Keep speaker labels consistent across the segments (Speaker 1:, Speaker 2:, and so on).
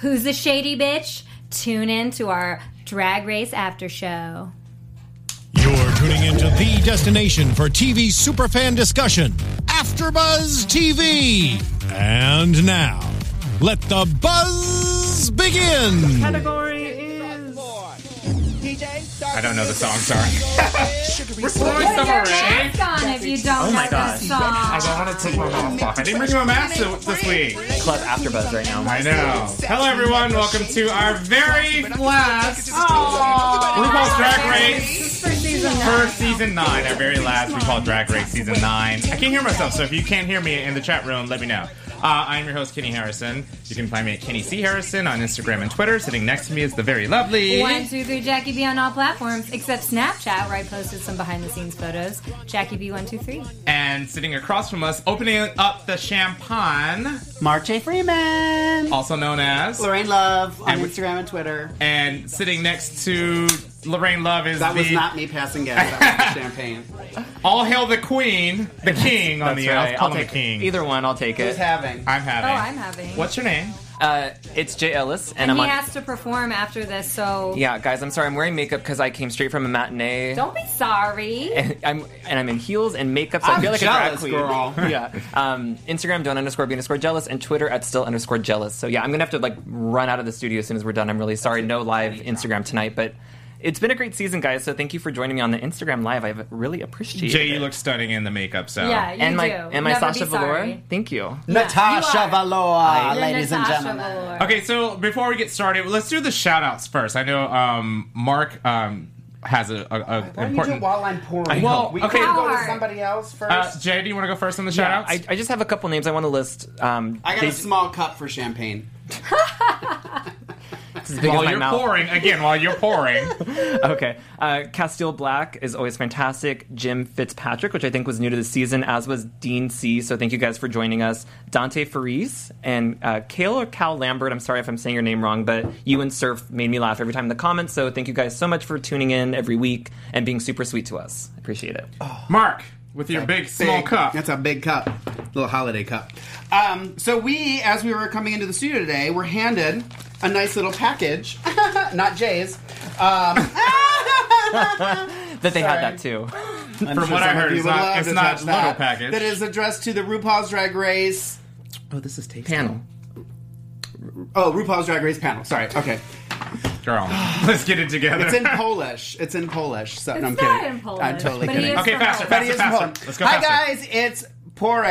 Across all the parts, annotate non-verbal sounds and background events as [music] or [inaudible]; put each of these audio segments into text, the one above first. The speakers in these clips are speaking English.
Speaker 1: Who's the shady bitch? Tune in to our Drag Race After Show.
Speaker 2: You're tuning into the destination for TV superfan discussion, AfterBuzz TV. And now, let the buzz begin.
Speaker 3: Category is.
Speaker 4: I don't know the song, sorry.
Speaker 3: We're sorry,
Speaker 1: Put
Speaker 3: sorry.
Speaker 1: your mask on if you don't
Speaker 3: my
Speaker 1: know that
Speaker 3: I
Speaker 1: song.
Speaker 3: don't want to take my mask off.
Speaker 4: I didn't bring my mask to- this week.
Speaker 3: Club AfterBuzz right now.
Speaker 4: I know. Hello, everyone. Welcome to our very last RuPaul's Drag Race
Speaker 1: This is for season
Speaker 4: for
Speaker 1: nine.
Speaker 4: season nine. Our very last RuPaul Drag Race season nine. I can't hear myself, so if you can't hear me in the chat room, let me know. Uh, I'm your host, Kenny Harrison. You can find me at Kenny C. Harrison on Instagram and Twitter. Sitting next to me is the very lovely.
Speaker 1: One, two, three, Jackie B on all platforms except Snapchat, where I posted some behind the scenes photos. Jackie B, one, two, three. Oh,
Speaker 4: And sitting across from us, opening up the champagne,
Speaker 5: Marche Freeman.
Speaker 4: also known as.
Speaker 5: Lorraine Love on
Speaker 4: we-
Speaker 5: Instagram Oh. and Twitter.
Speaker 4: And sitting next to Lorraine Love is
Speaker 5: That
Speaker 4: the
Speaker 5: was not me passing gas. That was the [laughs] champagne.
Speaker 4: All hail the queen, the king on
Speaker 6: That's
Speaker 4: the
Speaker 6: right.
Speaker 4: I'll call
Speaker 6: I'll
Speaker 4: him
Speaker 6: take
Speaker 4: the king.
Speaker 6: Either one, I'll take
Speaker 5: Who's
Speaker 6: it.
Speaker 5: having?
Speaker 4: I'm having.
Speaker 1: Oh, I'm having.
Speaker 4: What's your name?
Speaker 6: Uh, it's Jay Ellis, and,
Speaker 1: And
Speaker 6: I'm
Speaker 1: he
Speaker 6: on.
Speaker 1: has to perform after this, so
Speaker 6: yeah, guys, I'm sorry. I'm wearing makeup because I came straight from a matinee.
Speaker 1: don't be sorry.
Speaker 6: And [laughs] I'm and I'm in heels and makeup, so I
Speaker 5: I'm
Speaker 6: feel like
Speaker 5: jealous,
Speaker 6: a
Speaker 5: [laughs]
Speaker 6: drag queen.
Speaker 5: girl.
Speaker 6: [laughs] yeah. Um, Instagram don't underscore be underscore jealous, and Twitter at still underscore jealous. So yeah, I'm gonna have to like run out of the studio as soon as we're done. I'm really sorry, no live Instagram tonight, but it's been a great season, guys. So thank you for joining me on the Instagram live. I've really appreciated.
Speaker 4: Jay,
Speaker 6: it.
Speaker 4: you look stunning in the makeup, so.
Speaker 1: Yeah, you
Speaker 6: and my
Speaker 1: do.
Speaker 6: and my
Speaker 1: Never
Speaker 6: Sasha
Speaker 1: be sorry.
Speaker 6: Velour. Thank you.
Speaker 1: Yeah, you
Speaker 5: Natasha
Speaker 1: are.
Speaker 5: Valois,
Speaker 1: You're
Speaker 5: ladies
Speaker 1: Natasha
Speaker 5: and gentlemen.
Speaker 1: Velour.
Speaker 4: Okay, so before we get started, let's do the shout outs first. I know um, Mark um, has a, a, a
Speaker 5: Why do you do it
Speaker 4: important.
Speaker 5: while I'm pouring?
Speaker 4: Well,
Speaker 5: we
Speaker 4: okay.
Speaker 5: could go to
Speaker 1: Howard.
Speaker 5: somebody else first.
Speaker 4: Uh, Jay, do you want to go first on the shout
Speaker 6: Yeah,
Speaker 4: outs?
Speaker 6: I, I just have a couple names I want to list. Um,
Speaker 5: I got
Speaker 6: they-
Speaker 5: a small cup for champagne.
Speaker 6: it's as big as
Speaker 4: while
Speaker 6: my
Speaker 4: you're
Speaker 6: mouth.
Speaker 4: pouring, again, while you're pouring.
Speaker 6: Okay. Uh, Castile Black is always fantastic. Jim Fitzpatrick, which I think was new to the season, as was Dean C. So thank you guys for joining us. Dante Faris and uh, Kale or Cal Lambert. I'm sorry if I'm saying your name wrong, but you and Surf made me laugh every time in the comments. So thank you guys so much for tuning in every week and being super sweet to us. I appreciate it.
Speaker 4: Mark, with your big, small
Speaker 5: Big-
Speaker 4: cup.
Speaker 5: That's a big cup. Little holiday cup. Um, so we, as we were coming into the studio today, were handed a nice little package. [laughs] Not Jay's. Um, [laughs]
Speaker 6: that they
Speaker 5: Sorry.
Speaker 6: had that too.
Speaker 4: From what I heard, it's not, it's not little package.
Speaker 5: That is addressed to the RuPaul's Drag Race.
Speaker 6: Oh, this is tasty. Panel.
Speaker 5: Oh, RuPaul's Drag Race panel. Sorry. Okay.
Speaker 4: Girl, let's get it together. [laughs]
Speaker 5: It's in Polish. It's in Polish. So, no, I'm
Speaker 1: It's
Speaker 5: kidding.
Speaker 1: not in Polish,
Speaker 5: I'm totally
Speaker 1: but he
Speaker 5: kidding.
Speaker 1: is
Speaker 4: Okay,
Speaker 1: from
Speaker 4: faster,
Speaker 1: Poland.
Speaker 5: But
Speaker 4: faster,
Speaker 5: he is from
Speaker 4: faster.
Speaker 5: Poland.
Speaker 4: Let's go
Speaker 5: Hi
Speaker 4: faster.
Speaker 5: guys, it's Pore.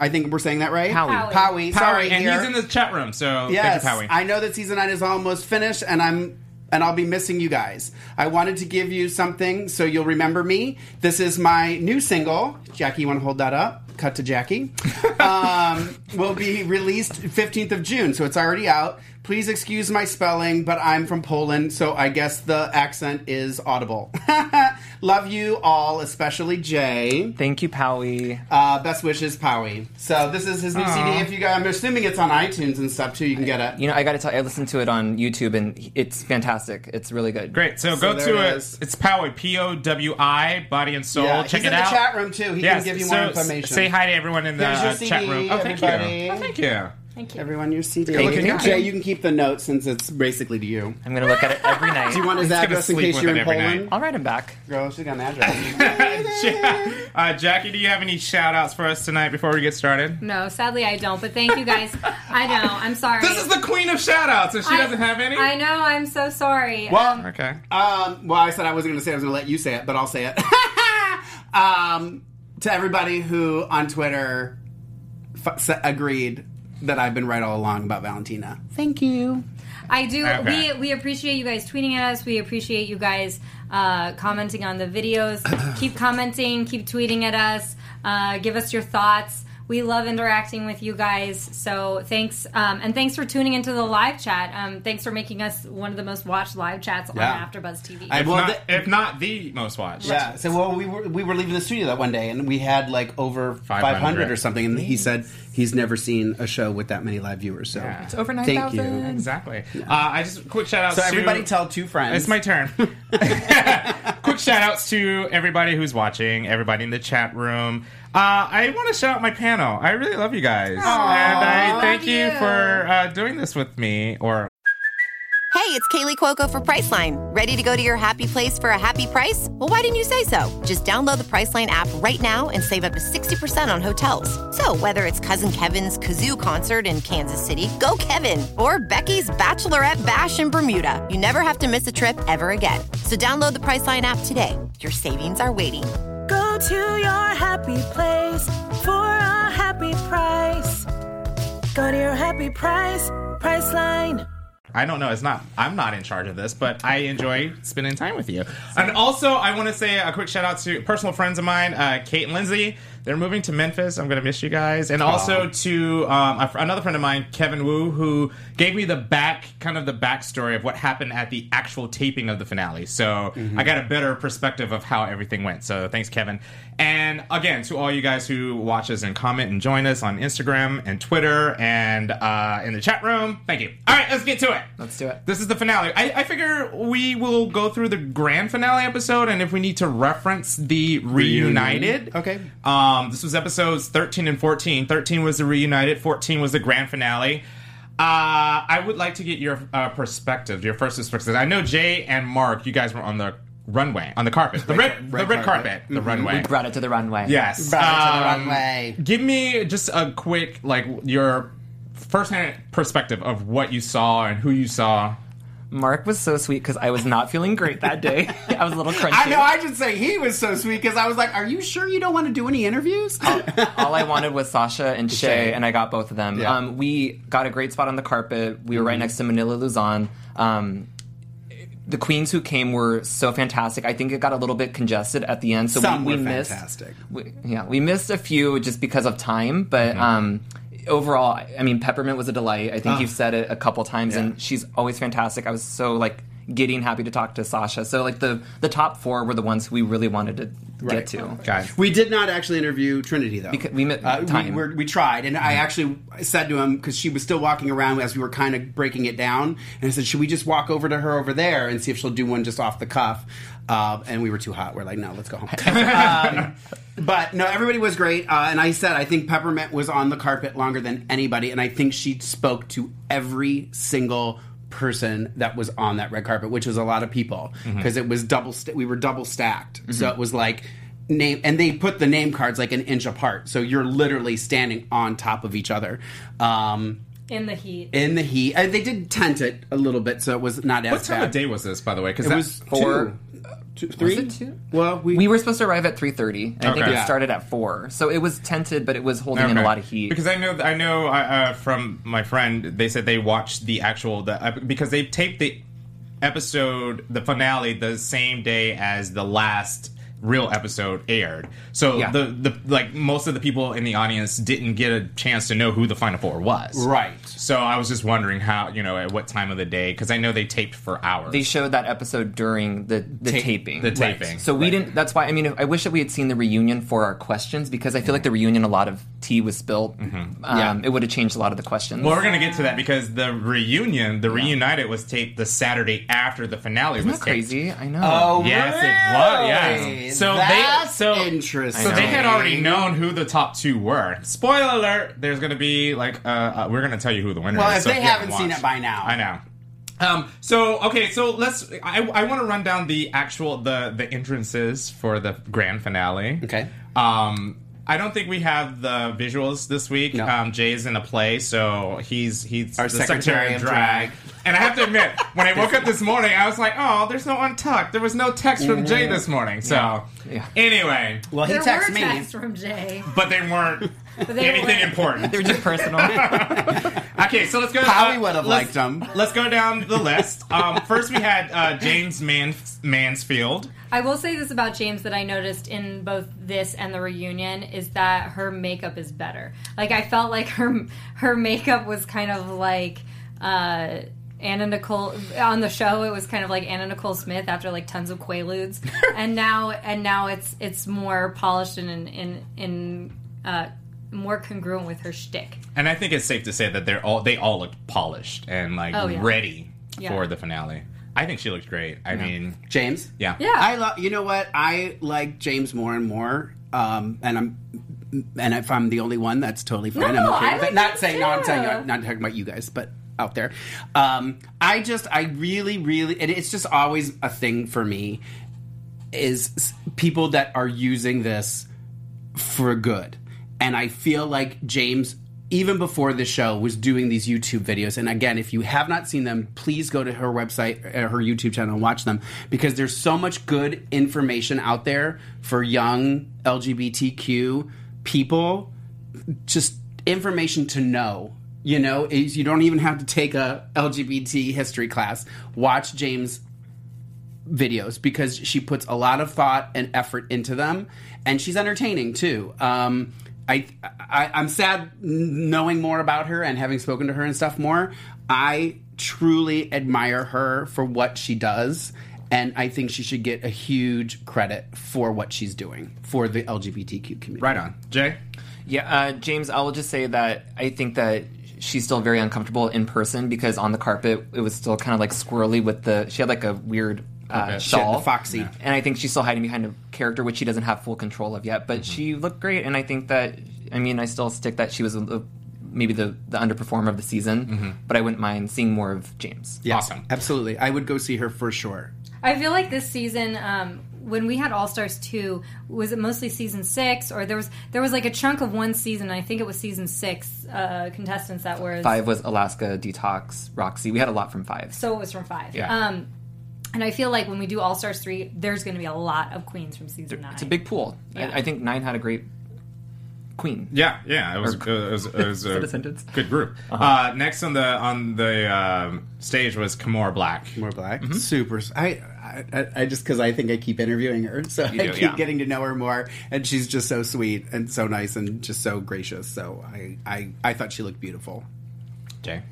Speaker 5: I think we're saying that right.
Speaker 6: Howie.
Speaker 5: Powie. Sorry,
Speaker 4: Sorry, and
Speaker 5: here.
Speaker 4: he's in the chat room, so
Speaker 5: Yes,
Speaker 4: thank you, Howie.
Speaker 5: I know that season nine is almost finished, and I'm and I'll be missing you guys. I wanted to give you something so you'll remember me. This is my new single. Jackie, you want to hold that up? Cut
Speaker 4: [laughs]
Speaker 5: to Jackie. um, will be released 15th of June, so it's already out. Please excuse my spelling, but I'm from Poland, so I guess the accent is audible. [laughs] Love you all, especially Jay.
Speaker 6: Thank you, Powie.
Speaker 5: Uh, best wishes, Powie. So this is his new CD. If you guys, I'm assuming it's on iTunes and stuff too. You can get it.
Speaker 6: you know, I got to tell. I listened to it on YouTube, and it's fantastic. It's really good.
Speaker 4: Great. So,
Speaker 5: So
Speaker 4: go
Speaker 5: there
Speaker 4: to
Speaker 5: it
Speaker 4: it.
Speaker 5: is.
Speaker 4: It's Powie, P O W I, Body and Soul.
Speaker 5: Yeah,
Speaker 4: Check
Speaker 5: he's
Speaker 4: it
Speaker 5: in
Speaker 4: out.
Speaker 5: the chat room too. He
Speaker 4: Yes,
Speaker 5: can give you
Speaker 4: so
Speaker 5: more
Speaker 4: s-
Speaker 5: information.
Speaker 4: Say hi to everyone in the
Speaker 5: There's your
Speaker 4: uh, chat
Speaker 5: CD,
Speaker 4: room. Oh, thank you.
Speaker 5: everybody.
Speaker 4: Oh, thank you.
Speaker 1: Thank you.
Speaker 5: Everyone, your CD.
Speaker 4: Thank
Speaker 5: Look,
Speaker 4: you.
Speaker 5: you. Jay, you can keep the note since it's basically to you.
Speaker 6: I'm gonna look at it every [laughs] night.
Speaker 5: Do you want his
Speaker 4: gonna
Speaker 5: address in
Speaker 4: sleep
Speaker 5: case
Speaker 4: with
Speaker 5: you're
Speaker 4: it
Speaker 5: in
Speaker 4: every
Speaker 5: Poland?
Speaker 6: I'll write him back.
Speaker 5: Girl, she got an [laughs] address.
Speaker 4: Ja- [laughs] uh, Jackie, do you have any shout outs for us tonight before we get started?
Speaker 1: No, sadly I don't, but thank you guys. I know. I'm sorry.
Speaker 4: This is the queen of shout outs, and she
Speaker 1: I-
Speaker 4: doesn't have any?
Speaker 1: I know. I'm so sorry.
Speaker 5: well,
Speaker 4: Okay.
Speaker 5: um, well, I said I wasn't going to say. it. I was going to let you say it, but I'll say it. [laughs] um, to everybody who on Twitter f- s- agreed that I've been right all along about Valentina. Thank you.
Speaker 1: I do.
Speaker 4: Okay.
Speaker 1: We we appreciate you guys tweeting at us. We appreciate you guys uh, commenting on the videos.
Speaker 4: [clears throat]
Speaker 1: keep commenting. Keep tweeting at us. Uh, give us your thoughts. We love interacting with you guys. So thanks, um, and thanks for tuning into the live chat. Um, thanks for making us one of the most watched live chats
Speaker 5: Yeah.
Speaker 1: on AfterBuzz TV.
Speaker 5: I-
Speaker 4: If,
Speaker 5: well,
Speaker 4: not,
Speaker 5: the-
Speaker 4: if not the most watched.
Speaker 5: Yeah. So well, we were we were leaving the studio that one day, and we had like over 500,
Speaker 4: 500
Speaker 5: or something, and he said he's never seen a show with that many live viewers. So
Speaker 4: Yeah. It's
Speaker 6: over
Speaker 5: Thank you.
Speaker 6: 9,000.
Speaker 4: Exactly. Uh, I just quick shout out
Speaker 5: So
Speaker 4: to
Speaker 5: everybody tell two friends.
Speaker 4: It's my turn. [laughs] Quick shout outs to everybody who's watching, everybody in the chat room. Uh, I want to shout out my panel. I really love you guys, and I thank
Speaker 1: Love
Speaker 4: you
Speaker 1: you.
Speaker 4: for uh, doing this with me. Or
Speaker 7: Hey, it's Kaylee Cuoco for Priceline. Ready to go to your happy place for a happy price? Well, why didn't you say so? Just download the Priceline app right now and save up to 60% on hotels. So, whether it's Cousin Kevin's Kazoo concert in Kansas City, go Kevin, or Becky's Bachelorette Bash in Bermuda, you never have to miss a trip ever again. So, download the Priceline app today. Your savings are waiting.
Speaker 8: Go to your happy place for a happy price. Go to your happy price, Priceline.
Speaker 4: I don't know. It's not. I'm not in charge of this, but I enjoy spending time with you. And also, I want to say a quick shout out to personal friends of mine, uh, Kate and Lindsay. They're moving to Memphis. I'm going to miss you guys. And also to um, a fr- another friend of mine, Kevin Wu, who gave me the back kind of the backstory of what happened at the actual taping of the finale. So
Speaker 6: Mm-hmm.
Speaker 4: I got a better perspective of how everything went. So thanks, Kevin. And again, to all you guys who watch us and comment and join us on Instagram and Twitter and uh, in the chat room, thank you. All right, let's get to it.
Speaker 6: Let's do it.
Speaker 4: This is the finale. I, I figure we will go through the grand finale episode, and if we need to reference the reunited,
Speaker 5: Okay.
Speaker 4: Um, this was episodes thirteen and fourteen. Thirteen was the reunited. Fourteen was the grand finale. Uh, I would like to get your uh, perspective, your first perspective. I know Jay and Mark, you guys were on the runway, on the carpet, the red, the red carpet, Mm-hmm. the runway.
Speaker 6: Brought it to the runway.
Speaker 4: Yes.
Speaker 5: Brought it to the
Speaker 4: Um,
Speaker 5: runway.
Speaker 4: Give me just a quick, like, your first-hand perspective of what you saw and who you saw.
Speaker 6: Mark was so sweet because I was not feeling great that [laughs] day. I was a little crunchy.
Speaker 5: I know. I should say he was so sweet because I was like, "Are you sure you don't want to do any interviews?"
Speaker 6: All I wanted was Sasha and Shay, and I got both of them.
Speaker 5: Yeah.
Speaker 6: Um, we got a great spot on the carpet. We were right next to Manila Luzon. Um, the queens who came were so fantastic. I think it got a little bit congested at the end, so
Speaker 5: Some
Speaker 6: we, we
Speaker 5: were
Speaker 6: missed.
Speaker 5: fantastic.
Speaker 6: We, yeah, we missed a few just because of time, but. Um, Overall, I I mean, Peppermint was a delight. I
Speaker 4: Ah.
Speaker 6: think you've said it a couple times, and she's always fantastic. I was so like giddy and happy to talk to Sasha. So like the the top four were the ones we really wanted to get to.
Speaker 4: Guys.
Speaker 5: We did not actually interview Trinity though. Uh,
Speaker 6: Because we mi- time. Mm-hmm.
Speaker 5: We, we're- we tried, and I actually said to him because she was still walking around as we were kind of breaking it down, and I said, "Should we just walk over to her over there and see if she'll do one just off the cuff?" Uh, and we were too hot. We're like, "No, let's go
Speaker 6: [laughs]
Speaker 5: home." um, but no, everybody was great, uh, and I said I think Peppermint was on the carpet longer than anybody, and I think she spoke to every single person that was on that red carpet, which was a lot of people
Speaker 6: Mm-hmm.
Speaker 5: because it was double. St- we were double stacked, so it was like name, and they put the name cards like an inch apart, so you're literally standing on top of each other. Um,
Speaker 1: in the heat.
Speaker 5: in the heat, uh, they did tent it a little bit, so it was not as
Speaker 4: What time
Speaker 5: bad.
Speaker 4: of day was this, by the way? Because
Speaker 5: It was
Speaker 6: Four-
Speaker 5: two, two, three.
Speaker 6: it two?
Speaker 5: Well, we,
Speaker 6: We were supposed to arrive at 3:30, and I think
Speaker 4: Okay.
Speaker 6: it
Speaker 4: Yeah.
Speaker 6: started at 4. So it was tented, but it was holding in a lot of heat.
Speaker 4: Because I know, I know uh, from my friend, they said they watched the actual the uh, because they taped the episode, the finale, the same day as the last real episode aired. So
Speaker 6: Yeah.
Speaker 4: the the like most of the people in the audience didn't get a chance to know who the final four was.
Speaker 5: right.
Speaker 4: So I was just wondering how you know at what time of the day because I know they taped for hours.
Speaker 6: they showed that episode during the, the taping.
Speaker 4: the taping.
Speaker 6: So we didn't. That's why I mean, I wish that we had seen the reunion for our questions because I feel like the reunion a lot of tea was spilled.
Speaker 4: Mm-hmm.
Speaker 6: Um,
Speaker 5: Yeah.
Speaker 6: It would have changed a lot of the questions.
Speaker 4: Well, we're gonna get to that because the reunion, the reunited, was taped the Saturday after the finale
Speaker 6: Isn't
Speaker 4: was
Speaker 6: that
Speaker 4: taped.
Speaker 6: crazy? I know.
Speaker 4: Yes, it was.
Speaker 5: Oh, Really?
Speaker 4: Yes. So
Speaker 5: That's
Speaker 4: they so
Speaker 5: interesting.
Speaker 4: So they had already known who the top two were. Spoiler alert! There's going to be like uh, uh, we're going to tell you who the winner
Speaker 5: Well,
Speaker 4: is.
Speaker 5: if
Speaker 4: so
Speaker 5: they
Speaker 4: you
Speaker 5: haven't seen
Speaker 4: watched-
Speaker 5: it by now.
Speaker 4: I know. Um, so okay, so let's. I, I want to run down the actual the the entrances for the grand finale.
Speaker 5: Okay.
Speaker 4: Um, I don't think we have the visuals this week.
Speaker 5: No.
Speaker 4: Um, Jay's in a play, so he's he's
Speaker 5: Our
Speaker 4: the
Speaker 5: Secretary of Drag.
Speaker 4: And I have to admit, when I woke up this morning, I was like, "Oh, there's no untucked. There was no text from Jay this morning." So
Speaker 6: Yeah.
Speaker 4: anyway,
Speaker 5: Well, he
Speaker 1: there
Speaker 5: texted
Speaker 1: were
Speaker 5: me.
Speaker 1: texts from Jay.
Speaker 4: but they weren't [laughs]
Speaker 1: But they
Speaker 4: anything
Speaker 1: were-
Speaker 4: important.
Speaker 6: They're just personal.
Speaker 4: [laughs] Okay, so let's go.
Speaker 5: Probably would have
Speaker 4: let's-
Speaker 5: liked 'em.
Speaker 4: Let's go down the list. Um, first, we had uh, James Man- Mansfield.
Speaker 1: I will say this about James that I noticed in both this and the reunion is that her makeup is better. Like I felt like her her makeup was kind of like uh Anna Nicole on the show it was kind of like Anna Nicole Smith after like tons of quaaludes and now and now it's it's more polished and in in, in uh more congruent with her shtick.
Speaker 4: And I think it's safe to say that they're all they all looked polished and like
Speaker 1: Oh, yeah.
Speaker 4: ready
Speaker 1: Yeah.
Speaker 4: for the finale. I think she looked great. I mean,
Speaker 5: James.
Speaker 4: yeah.
Speaker 1: Yeah.
Speaker 5: I love. You know what? I like James more and more, um, and I'm and if I'm the only one, that's totally fine.
Speaker 1: No,
Speaker 5: I'm okay
Speaker 1: I
Speaker 5: with
Speaker 1: like
Speaker 5: it. Not
Speaker 1: that
Speaker 5: saying no, I'm saying
Speaker 1: too.
Speaker 5: I'm not talking about you guys, but out there. Um, I just, I really, really, and it's just always a thing for me is s- people that are using this for good. And I feel like James, even before the show, was doing these YouTube videos. And again, if you have not seen them, please go to her website, uh, her YouTube channel, and watch them because there's so much good information out there for young LGBTQ people. Just information to know. You know, is you don't even have to take a LGBT history class. Watch James videos because she puts a lot of thought and effort into them, and she's entertaining too. Um, I, I I'm sad n- knowing more about her and having spoken to her and stuff more. I truly admire her for what she does. And I think she should get a huge credit for what she's doing for the LGBTQ community.
Speaker 4: Right on. Jay?
Speaker 6: Yeah, uh, James, I will just say that I think that she's still very uncomfortable in person because on the carpet it was still kind of like squirrely with the. She had like a weird uh,
Speaker 4: Okay. She
Speaker 5: had the
Speaker 6: shawl,
Speaker 5: foxy. Yeah.
Speaker 6: and I think she's still hiding behind a character which she doesn't have full control of yet.
Speaker 5: Mm-hmm.
Speaker 6: But she looked great, and I think that. I mean, I still stick that she was a, a- maybe the the underperformer of the season, but I wouldn't mind seeing more of James.
Speaker 5: Mm-hmm. Yeah,
Speaker 4: Awesome.
Speaker 5: Absolutely. I would go see her for sure.
Speaker 1: I feel like this season, um, when we had All Stars two, was it mostly season six, or there was there was like a chunk of one season? I think it was season six uh, contestants that were
Speaker 6: Five was Alaska Detox, Roxy. We had a lot from five.
Speaker 1: so it was from five.
Speaker 6: Yeah.
Speaker 1: Um, and I feel like when we do All Stars three, there's going to be a lot of queens from season nine.
Speaker 6: it's a big pool.
Speaker 1: Yeah.
Speaker 6: I, I think nine had a great queen.
Speaker 4: Yeah, yeah, it was, it was, it
Speaker 6: [laughs]
Speaker 4: was a,
Speaker 6: that a sentence? Uh-huh.
Speaker 4: good group.
Speaker 6: [laughs]
Speaker 4: uh next on the on the um, stage was Kamora Black.
Speaker 5: More black.
Speaker 4: Mm-hmm.
Speaker 5: Super. I, I, I- I just because I think I keep interviewing her, so I
Speaker 4: do,
Speaker 5: keep
Speaker 4: yeah.
Speaker 5: getting to know her more, and she's just so sweet and so nice and just so gracious. So I, I, I thought she looked beautiful.
Speaker 4: Jay,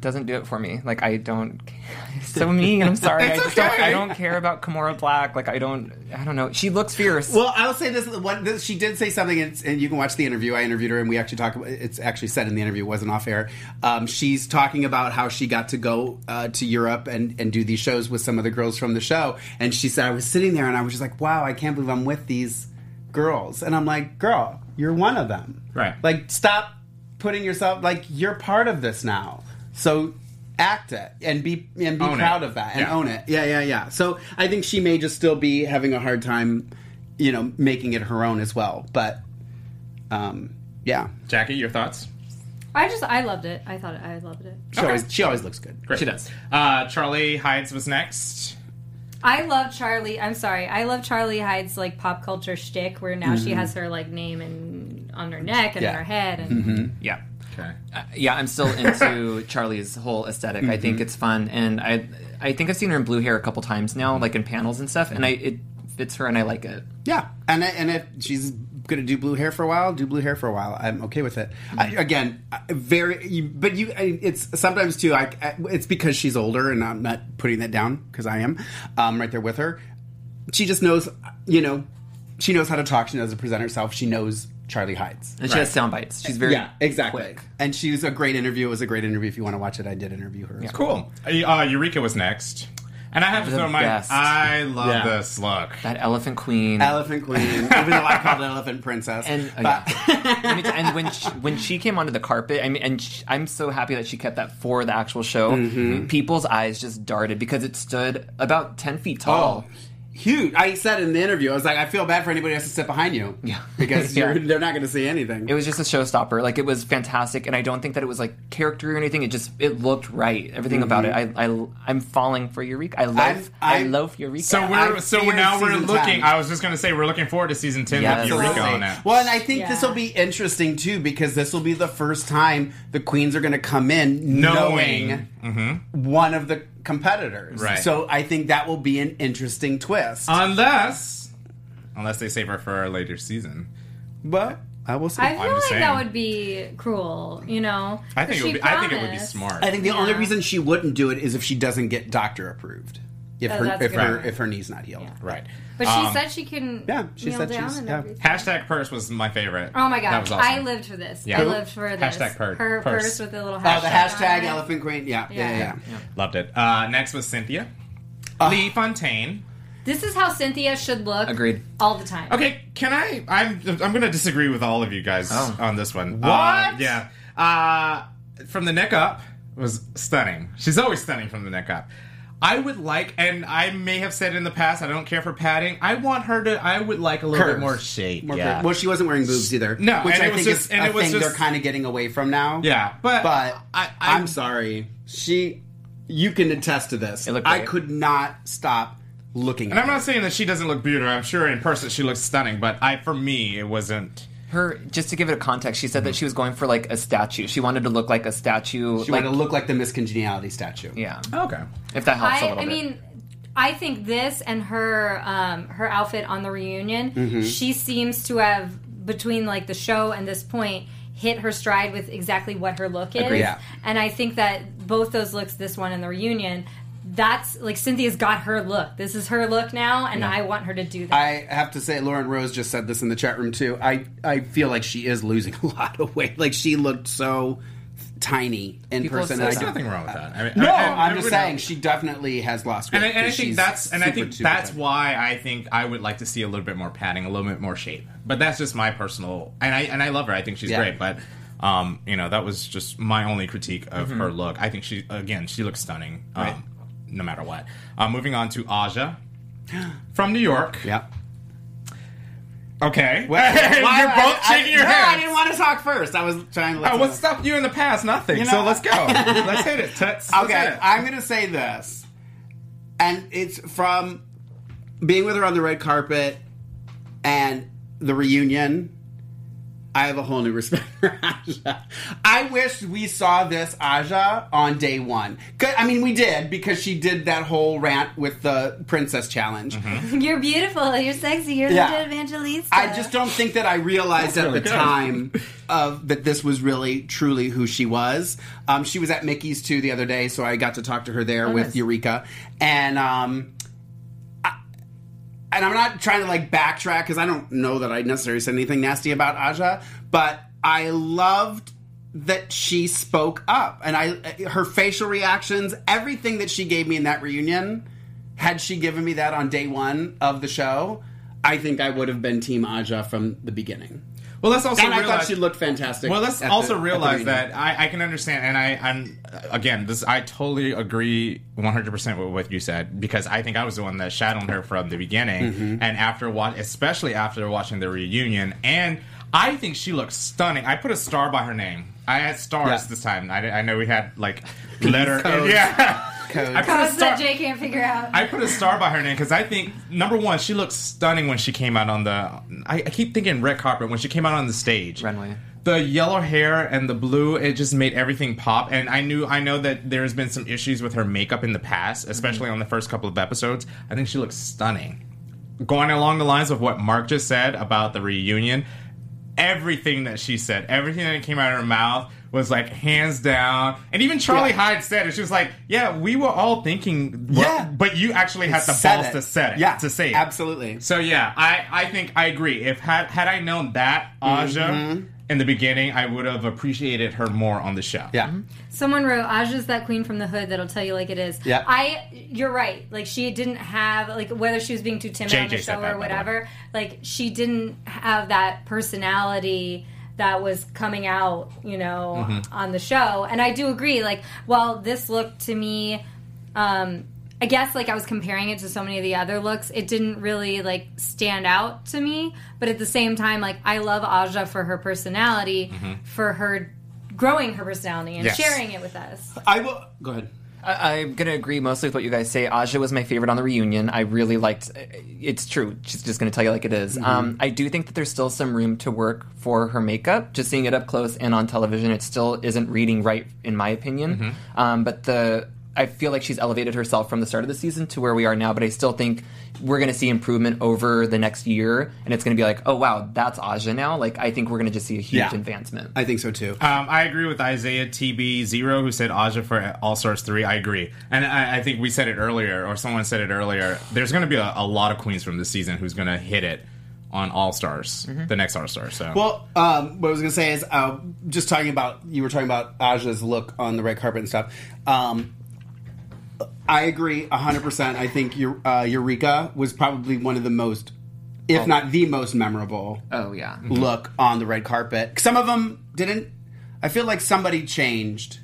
Speaker 6: doesn't do it for me. Like I don't. [laughs] It's
Speaker 5: [laughs]
Speaker 6: so mean. I'm sorry. I,
Speaker 5: It's
Speaker 6: just don't,
Speaker 5: okay.
Speaker 6: I don't care about Kimora Black. Like I don't. I don't know. She looks fierce.
Speaker 5: Well, I'll say this: one, this she did say something, and, it's- and you can watch the interview. I interviewed her, and we actually talk. About, it's actually said in the interview, it wasn't off air. Um, she's talking about how she got to go uh, to Europe and and do these shows with some of the girls from the show, and she said, "I was sitting there, and I was just like, wow, I can't believe I'm with these girls," and I'm like, "Girl, you're one of them,
Speaker 4: Right.
Speaker 5: Like, stop putting yourself like you're part of this now, so." Act it and be and be
Speaker 4: Own it.
Speaker 5: proud of that and
Speaker 4: Yeah.
Speaker 5: own it. Yeah, yeah, yeah. So I think she may just still be having a hard time, you know, making it her own as well. But um, yeah,
Speaker 4: Jackie, your thoughts?
Speaker 1: I just I loved it. I thought it, I loved it.
Speaker 5: she always she always looks good.
Speaker 4: Great.
Speaker 6: She does.
Speaker 4: Uh, Charlie Hides was next.
Speaker 1: I love Charlie. I'm sorry. I love Charlie Hyde's like pop culture shtick, where now
Speaker 6: Mm-hmm.
Speaker 1: she has her like name and on her neck and
Speaker 5: Yeah.
Speaker 1: on her head,
Speaker 6: Mm-hmm.
Speaker 1: and
Speaker 6: yeah.
Speaker 4: Okay.
Speaker 6: Yeah, I'm still into [laughs] Charlie's whole aesthetic. I
Speaker 5: Mhm.
Speaker 6: think it's fun, and I I think I've seen her in blue hair a couple times now, like in panels and stuff, and I it fits her, and I like it.
Speaker 5: Yeah, and I- and if she's gonna do blue hair for a while, do blue hair for a while. I'm okay with it. I,
Speaker 4: Mm-hmm.
Speaker 5: again, I- very, you- but you, I- it's sometimes too. I, I- it's because she's older, and I'm not putting that down because I am um, right there with her. She just knows, you know, she knows how to talk. She knows how to present herself. She knows Charlie Hides.
Speaker 6: And she has sound bites. She's very
Speaker 5: yeah, exactly.
Speaker 6: quick.
Speaker 5: And she's a great interview. It was a great interview. If you want to watch it, I did interview her. Yeah.
Speaker 4: Cool. Uh, Eureka was next. And I have to
Speaker 6: The
Speaker 4: throw my.
Speaker 6: best.
Speaker 4: I love
Speaker 5: Yeah.
Speaker 4: this look.
Speaker 6: That elephant queen.
Speaker 5: Elephant Queen, even though I called it Elephant Princess.
Speaker 6: And- oh,
Speaker 5: but,
Speaker 6: Let me t- and when she, when she came onto the carpet, I mean, and sh I'm so happy that she kept that for the actual show.
Speaker 5: Mm-hmm.
Speaker 6: People's eyes just darted because it stood about ten feet tall.
Speaker 5: [laughs] Oh. huge. I said in the interview, I was like, I feel bad for anybody who has to sit behind you.
Speaker 6: Yeah.
Speaker 5: [laughs] Because you're,
Speaker 6: Yeah.
Speaker 5: they're not going to see anything.
Speaker 6: It was just a showstopper. Like it was fantastic, and I don't think that it was like character or anything. It just it looked right. Everything about it.
Speaker 5: Mm-hmm.
Speaker 6: I I am falling for Eureka. I love i
Speaker 5: I'm-
Speaker 6: love Eureka.
Speaker 4: So we're
Speaker 5: I
Speaker 4: so
Speaker 5: fear
Speaker 4: now we're
Speaker 5: season
Speaker 4: looking.
Speaker 5: 10.
Speaker 4: I was just gonna say we're looking forward to season ten
Speaker 6: Yes.
Speaker 4: with Eureka
Speaker 5: Absolutely.
Speaker 4: on it.
Speaker 5: Well, and I think
Speaker 1: Yeah.
Speaker 5: this will be interesting too because this will be the first time the queens are going to come in
Speaker 4: Knowing. Mm-hmm.
Speaker 5: knowing, one of the competitors.
Speaker 4: Right.
Speaker 5: So I think that will be an interesting
Speaker 6: Um,
Speaker 5: twist.
Speaker 4: Unless, unless they save her for a later season.
Speaker 5: but I will see.
Speaker 1: I feel
Speaker 4: I'm
Speaker 1: like
Speaker 4: just
Speaker 1: that
Speaker 4: saying.
Speaker 1: would be cruel. You know,
Speaker 4: I think it would
Speaker 1: She
Speaker 4: be, I think it would be
Speaker 1: promised.
Speaker 4: smart.
Speaker 5: I think the only
Speaker 1: Yeah.
Speaker 5: reason she wouldn't do it is if she doesn't get doctor approved. If
Speaker 1: Oh,
Speaker 5: her
Speaker 1: that's
Speaker 5: if
Speaker 1: good.
Speaker 5: her
Speaker 4: Right.
Speaker 5: if her knee's not healed.
Speaker 4: right.
Speaker 1: But she
Speaker 4: Um,
Speaker 1: said she can.
Speaker 5: Yeah, she
Speaker 1: kneel
Speaker 5: said
Speaker 1: down
Speaker 5: she's-
Speaker 1: and
Speaker 5: yeah.
Speaker 1: everything.
Speaker 4: Hashtag purse was my favorite.
Speaker 1: Oh my
Speaker 4: That
Speaker 1: god!
Speaker 4: was awesome.
Speaker 1: I lived for this.
Speaker 4: Yeah.
Speaker 1: I lived for this.
Speaker 4: Hashtag per-
Speaker 1: her
Speaker 4: purse.
Speaker 1: purse. with the little
Speaker 5: Oh,
Speaker 1: hashtag.
Speaker 5: the hashtag
Speaker 1: on it.
Speaker 5: elephant queen. Yeah, yeah, yeah.
Speaker 1: Yeah.
Speaker 5: yeah.
Speaker 4: Loved it. Uh, next was Cynthia. Lee Fontaine.
Speaker 1: This is how Cynthia should look.
Speaker 6: Agreed.
Speaker 1: All the time.
Speaker 4: Okay, can I? I'm I'm going to disagree with all of you guys
Speaker 6: Oh.
Speaker 4: on this one.
Speaker 6: What?
Speaker 4: Uh, yeah. Uh, from the neck up was stunning. She's always stunning from the neck up. I would like, and I may have said in the past, I don't care for padding. I want her to. I would like a little bit
Speaker 6: Curves.
Speaker 4: more shape.
Speaker 5: More
Speaker 4: yeah.
Speaker 5: great. Well, she wasn't wearing boobs either.
Speaker 4: No,
Speaker 5: which
Speaker 4: and
Speaker 5: I
Speaker 4: it was
Speaker 5: think
Speaker 4: just-
Speaker 5: is
Speaker 4: and
Speaker 5: a
Speaker 4: it was
Speaker 5: thing
Speaker 4: just-
Speaker 5: they're kind of getting away from now.
Speaker 4: Yeah, but
Speaker 5: but
Speaker 4: I, I,
Speaker 5: am sorry. She, you can attest to this.
Speaker 6: It looked
Speaker 5: I
Speaker 6: great.
Speaker 5: could not stop looking.
Speaker 4: And
Speaker 5: at
Speaker 4: I'm not saying that she doesn't look beautiful. I'm sure in person she looks stunning, but I, for me, it wasn't.
Speaker 6: Her just to give it a context, she said that she was going for like a statue. She wanted to look like a statue.
Speaker 5: Mm-hmm. She
Speaker 6: like,
Speaker 5: wanted to look like the Miss Congeniality statue.
Speaker 6: yeah.
Speaker 4: Okay.
Speaker 6: If that helps a
Speaker 1: I,
Speaker 6: little
Speaker 1: I
Speaker 6: bit.
Speaker 1: mean, I think this and her um, her outfit on the reunion,
Speaker 5: Mm-hmm.
Speaker 1: she seems to have between like the show and this point hit her stride with exactly what her look is.
Speaker 6: Agreed.
Speaker 5: Yeah.
Speaker 1: And I think that both those looks, this one and the reunion, that's like Cynthia's got her look. This is her look now, and I want her to do that.
Speaker 5: I have to say, Lauren Rose just said this in the chat room too. I, I feel like she is losing [laughs] a lot of weight. Like she looked so tiny in
Speaker 6: People
Speaker 5: person.
Speaker 6: said
Speaker 5: and I
Speaker 4: There's
Speaker 5: don't-
Speaker 4: nothing wrong with that. I mean,
Speaker 5: No,
Speaker 4: I- I-
Speaker 5: I'm
Speaker 4: I
Speaker 5: just
Speaker 4: would-
Speaker 5: saying she definitely has lost weight.
Speaker 4: And I, and I
Speaker 5: 'cause
Speaker 4: think
Speaker 5: she's
Speaker 4: that's and I
Speaker 5: super,
Speaker 4: think
Speaker 5: super
Speaker 4: that's
Speaker 5: thin.
Speaker 4: why I think I would like to see a little bit more padding, a little bit more shape. But that's just my personal. And I and I love her. I think she's
Speaker 5: Yeah.
Speaker 4: great. But um, you know, that was just my only critique of her look. I think she again, she looks stunning, um,
Speaker 5: Mm-hmm. Right.
Speaker 4: no matter what. Uh, moving on to
Speaker 5: [gasps]
Speaker 4: Aja from New York.
Speaker 5: Yep.
Speaker 4: [laughs] Okay,
Speaker 5: Well,
Speaker 4: you're
Speaker 5: why-
Speaker 4: both
Speaker 5: I- I-
Speaker 4: shaking your
Speaker 5: no,
Speaker 4: head.
Speaker 5: I didn't want to talk first. I was trying to. Let
Speaker 4: Uh,
Speaker 5: someone-
Speaker 4: what stopped you in the past? Nothing.
Speaker 5: You know-
Speaker 4: so let's
Speaker 5: [laughs]
Speaker 4: go. let's hit it. Toots. Let's hit
Speaker 5: Okay,
Speaker 4: it.
Speaker 5: I'm gonna say this, and it's from being with her on the red carpet and the reunion. I have a whole new respect [laughs] for Aja. I wish we saw this Aja on day one. 'Cause- I mean, we did because she did that whole rant with the princess challenge.
Speaker 1: [laughs] you're beautiful. You're sexy. You're
Speaker 5: Yeah.
Speaker 1: the evangelista.
Speaker 5: I just don't think that I realized at
Speaker 4: really
Speaker 5: the
Speaker 4: good.
Speaker 5: time of that this was really truly who she was. Um, she was at Mickey's too the other day, so I got to talk to her there with
Speaker 1: nice.
Speaker 5: Eureka, and um, I, and I'm not trying to like backtrack because I don't know that I necessarily said anything nasty about Aja, but I loved that she spoke up and I her facial reactions, everything that she gave me in that reunion had she given me that on day one of the show, I think I would have been Team Aja from the beginning.
Speaker 4: Well, let's also
Speaker 5: and I
Speaker 4: realize-
Speaker 5: thought she looked fantastic.
Speaker 4: Well, let's
Speaker 5: at the-
Speaker 4: also
Speaker 5: at the
Speaker 4: realize
Speaker 5: reunion.
Speaker 4: that I, I can understand, and I, I'm again, this I totally agree 100 percent with what you said because I think I was the one that shadowed her from the beginning,
Speaker 5: Mm-hmm.
Speaker 4: and after watch, especially after watching the reunion, and I think she looks stunning. I put a star by her name. I had stars
Speaker 5: Yeah.
Speaker 4: this time. I, I know we had like letter,
Speaker 5: [laughs]
Speaker 4: [laughs]
Speaker 5: Codes.
Speaker 4: yeah.
Speaker 5: Codes.
Speaker 4: I put a
Speaker 1: Cause
Speaker 4: star-
Speaker 1: that Jay can't figure out.
Speaker 4: I put a star by her name because I think number one, she looked stunning when she came out on the. I, I keep thinking red carpet when she came out on the stage.
Speaker 6: Runway.
Speaker 4: The yellow hair and the blue, it just made everything pop. And I knew, I know that there's been some issues with her makeup in the past, especially on the first couple of episodes. I think she looks stunning. Going along the lines of what Mark just said about the reunion, everything that she said, everything that came out of her mouth was like hands down. And even Charlie Hyde said it. She was like, "Yeah, we were all thinking, what-
Speaker 5: Yeah.
Speaker 4: but you actually had the
Speaker 5: Said
Speaker 4: balls
Speaker 5: it.
Speaker 4: to set it,
Speaker 5: Yeah,
Speaker 4: to say it.
Speaker 5: absolutely.
Speaker 4: So yeah, I I think I agree. If had had I known that Aja
Speaker 5: Mm-hmm.
Speaker 4: in the beginning, I would have appreciated her more on the show.
Speaker 5: Yeah.
Speaker 1: Someone wrote, "Aja's that queen from the hood that'll tell you like it is."
Speaker 5: Yeah.
Speaker 1: I. You're right. Like she didn't have like whether she was being too timid on the
Speaker 4: JJ said
Speaker 1: show
Speaker 4: that,
Speaker 1: or
Speaker 4: by the way.
Speaker 1: whatever. Like she didn't have that personality that was coming out, you know,
Speaker 5: Mm-hmm.
Speaker 1: on the show. And I do agree. Like, well, this looked to me. Um, I guess like I was comparing it to so many of the other looks, it didn't really like stand out to me. But at the same time, like I love Aja for her personality,
Speaker 5: Mm-hmm.
Speaker 1: for her growing her personality and
Speaker 4: Yes.
Speaker 1: sharing it with us.
Speaker 5: I will go ahead.
Speaker 6: I, I'm gonna agree mostly with what you guys say. Aja was my favorite on the reunion. I really liked. It's true. She's just gonna tell you like it
Speaker 5: Mm-hmm.
Speaker 6: is. Um, I do think that there's still some room to work for her makeup. Just seeing it up close and on television, it still isn't reading right in my opinion.
Speaker 5: Mm-hmm.
Speaker 6: Um, but the I feel like she's elevated herself from the start of the season to where we are now. But I still think we're gonna see improvement over the next year, and it's gonna be like, oh wow, that's Aja now. Like I think we're gonna just see a huge
Speaker 5: Yeah.
Speaker 6: advancement.
Speaker 5: I think so too.
Speaker 4: Um, I agree with Isaiah TB Zero, who said Aja for All Stars Three. I agree, and I, I think we said it earlier, or someone said it earlier. There's going to be a, a lot of queens from this season who's going to hit it on All Stars, the next All Star. So,
Speaker 5: Mm-hmm. Well, um, what I was gonna say is uh, just talking about you were talking about Aja's look on the red carpet and stuff. Um, I agree 100%. I think Eu- uh, Eureka was probably one of the most, if not the most memorable
Speaker 9: Oh yeah.
Speaker 5: look on the red carpet. Some of them didn't. I feel like somebody changed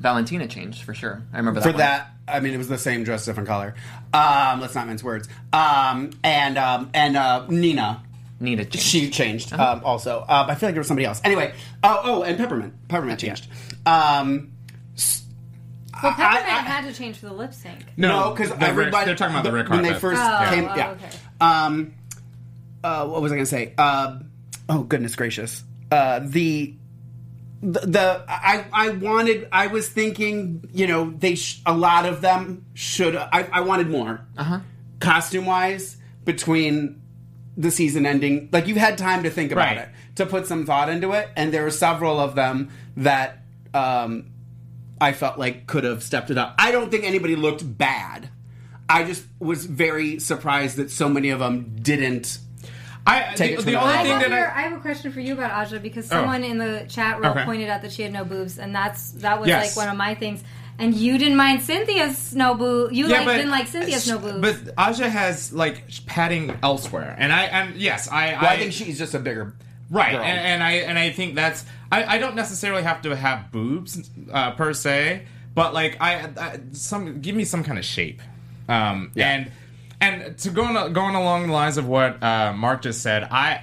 Speaker 9: Valentina changed for sure. I remember that.
Speaker 5: for
Speaker 9: one.
Speaker 5: that. I mean, it was the same dress, different color. Um, let's not mince words. Um, and um, and uh, Nina,
Speaker 9: Nina changed.
Speaker 5: she changed um, also. Um, I feel like there was somebody else. Anyway, oh, oh and Peppermint. Peppermint changed. Um,
Speaker 1: Well, Peppermint
Speaker 5: I-
Speaker 1: had to change for the lip sync.
Speaker 5: no, because
Speaker 4: the red-
Speaker 5: everybody.
Speaker 4: they're talking about the red
Speaker 5: when
Speaker 4: carpet.
Speaker 5: they first
Speaker 1: Oh,
Speaker 5: came.
Speaker 1: oh,
Speaker 5: yeah.
Speaker 1: okay.
Speaker 5: Um, uh, what was I going to say? Uh, oh goodness gracious! Uh, the the, the I, I wanted I was thinking you know they sh- a lot of them should I, I wanted more uh-huh. costume wise between the season ending like you had time to think about
Speaker 4: Right.
Speaker 5: it to put some thought into it and there were several of them that um, I felt like could have stepped it up I don't think anybody looked bad I just was very surprised that so many of them didn't
Speaker 4: I
Speaker 5: Take it
Speaker 4: the,
Speaker 5: from
Speaker 4: the
Speaker 5: the
Speaker 4: only
Speaker 1: I,
Speaker 5: bottom.
Speaker 4: thing that
Speaker 1: wonder,
Speaker 4: I, Oh.
Speaker 1: I, have a question for you about Aja because someone in the chat room
Speaker 4: Okay.
Speaker 1: pointed out that she had no boobs, and that's that was
Speaker 4: Yes.
Speaker 1: like one of my things. And you didn't mind Cynthia's no boob. You like, didn't like Cynthia's
Speaker 4: sh-
Speaker 1: no boobs.
Speaker 4: But Aja has like padding elsewhere, and I and yes, I
Speaker 5: well, I, think she's just a bigger
Speaker 4: right,
Speaker 5: girl.
Speaker 4: and, and I and I think that's I, I don't necessarily have to have boobs uh, per se, but like I, I some give me some kind of shape, um, and and to going going along the lines of what uh, Mark just said, I.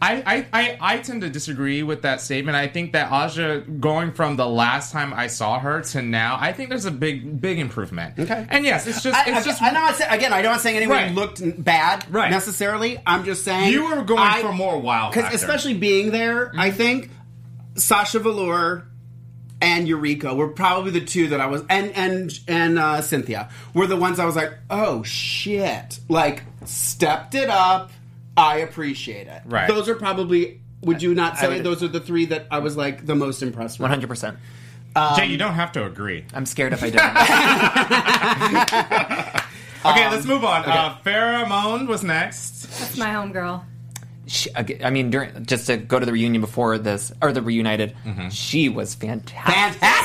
Speaker 4: I, I, I, I tend to disagree with that statement. I think that Aja, going from the last time I saw her to now, I think there's a big big improvement.
Speaker 5: Okay.
Speaker 4: And yes, it's just
Speaker 5: I,
Speaker 4: it's
Speaker 5: I,
Speaker 4: just
Speaker 5: I'm not say, again. I'm not saying anyone
Speaker 4: Right.
Speaker 5: looked n- bad
Speaker 4: Right.
Speaker 5: necessarily. I'm just saying
Speaker 4: You were going for more wow
Speaker 5: because
Speaker 4: factor. Mm-hmm.
Speaker 5: especially being there, I think Sasha Velour and Eureka were probably the two that I was and and and uh, Cynthia were the ones I was like, oh shit, like stepped it up. I appreciate it.
Speaker 4: Right.
Speaker 5: Those are probably. Would you not say
Speaker 6: would-
Speaker 5: those are the three that I was like the most impressed with?
Speaker 6: One hundred percent.
Speaker 4: Jay, you don't have to agree.
Speaker 5: Um,
Speaker 6: I'm scared if I
Speaker 5: [laughs]
Speaker 6: don't.
Speaker 4: Okay, let's move on. Uh, Pheromone was next.
Speaker 1: that's my homegirl.
Speaker 6: she, aga- I mean, during just to go to the reunion before this or the reunited, she was fantastic.
Speaker 5: Mm-hmm. Fantastic.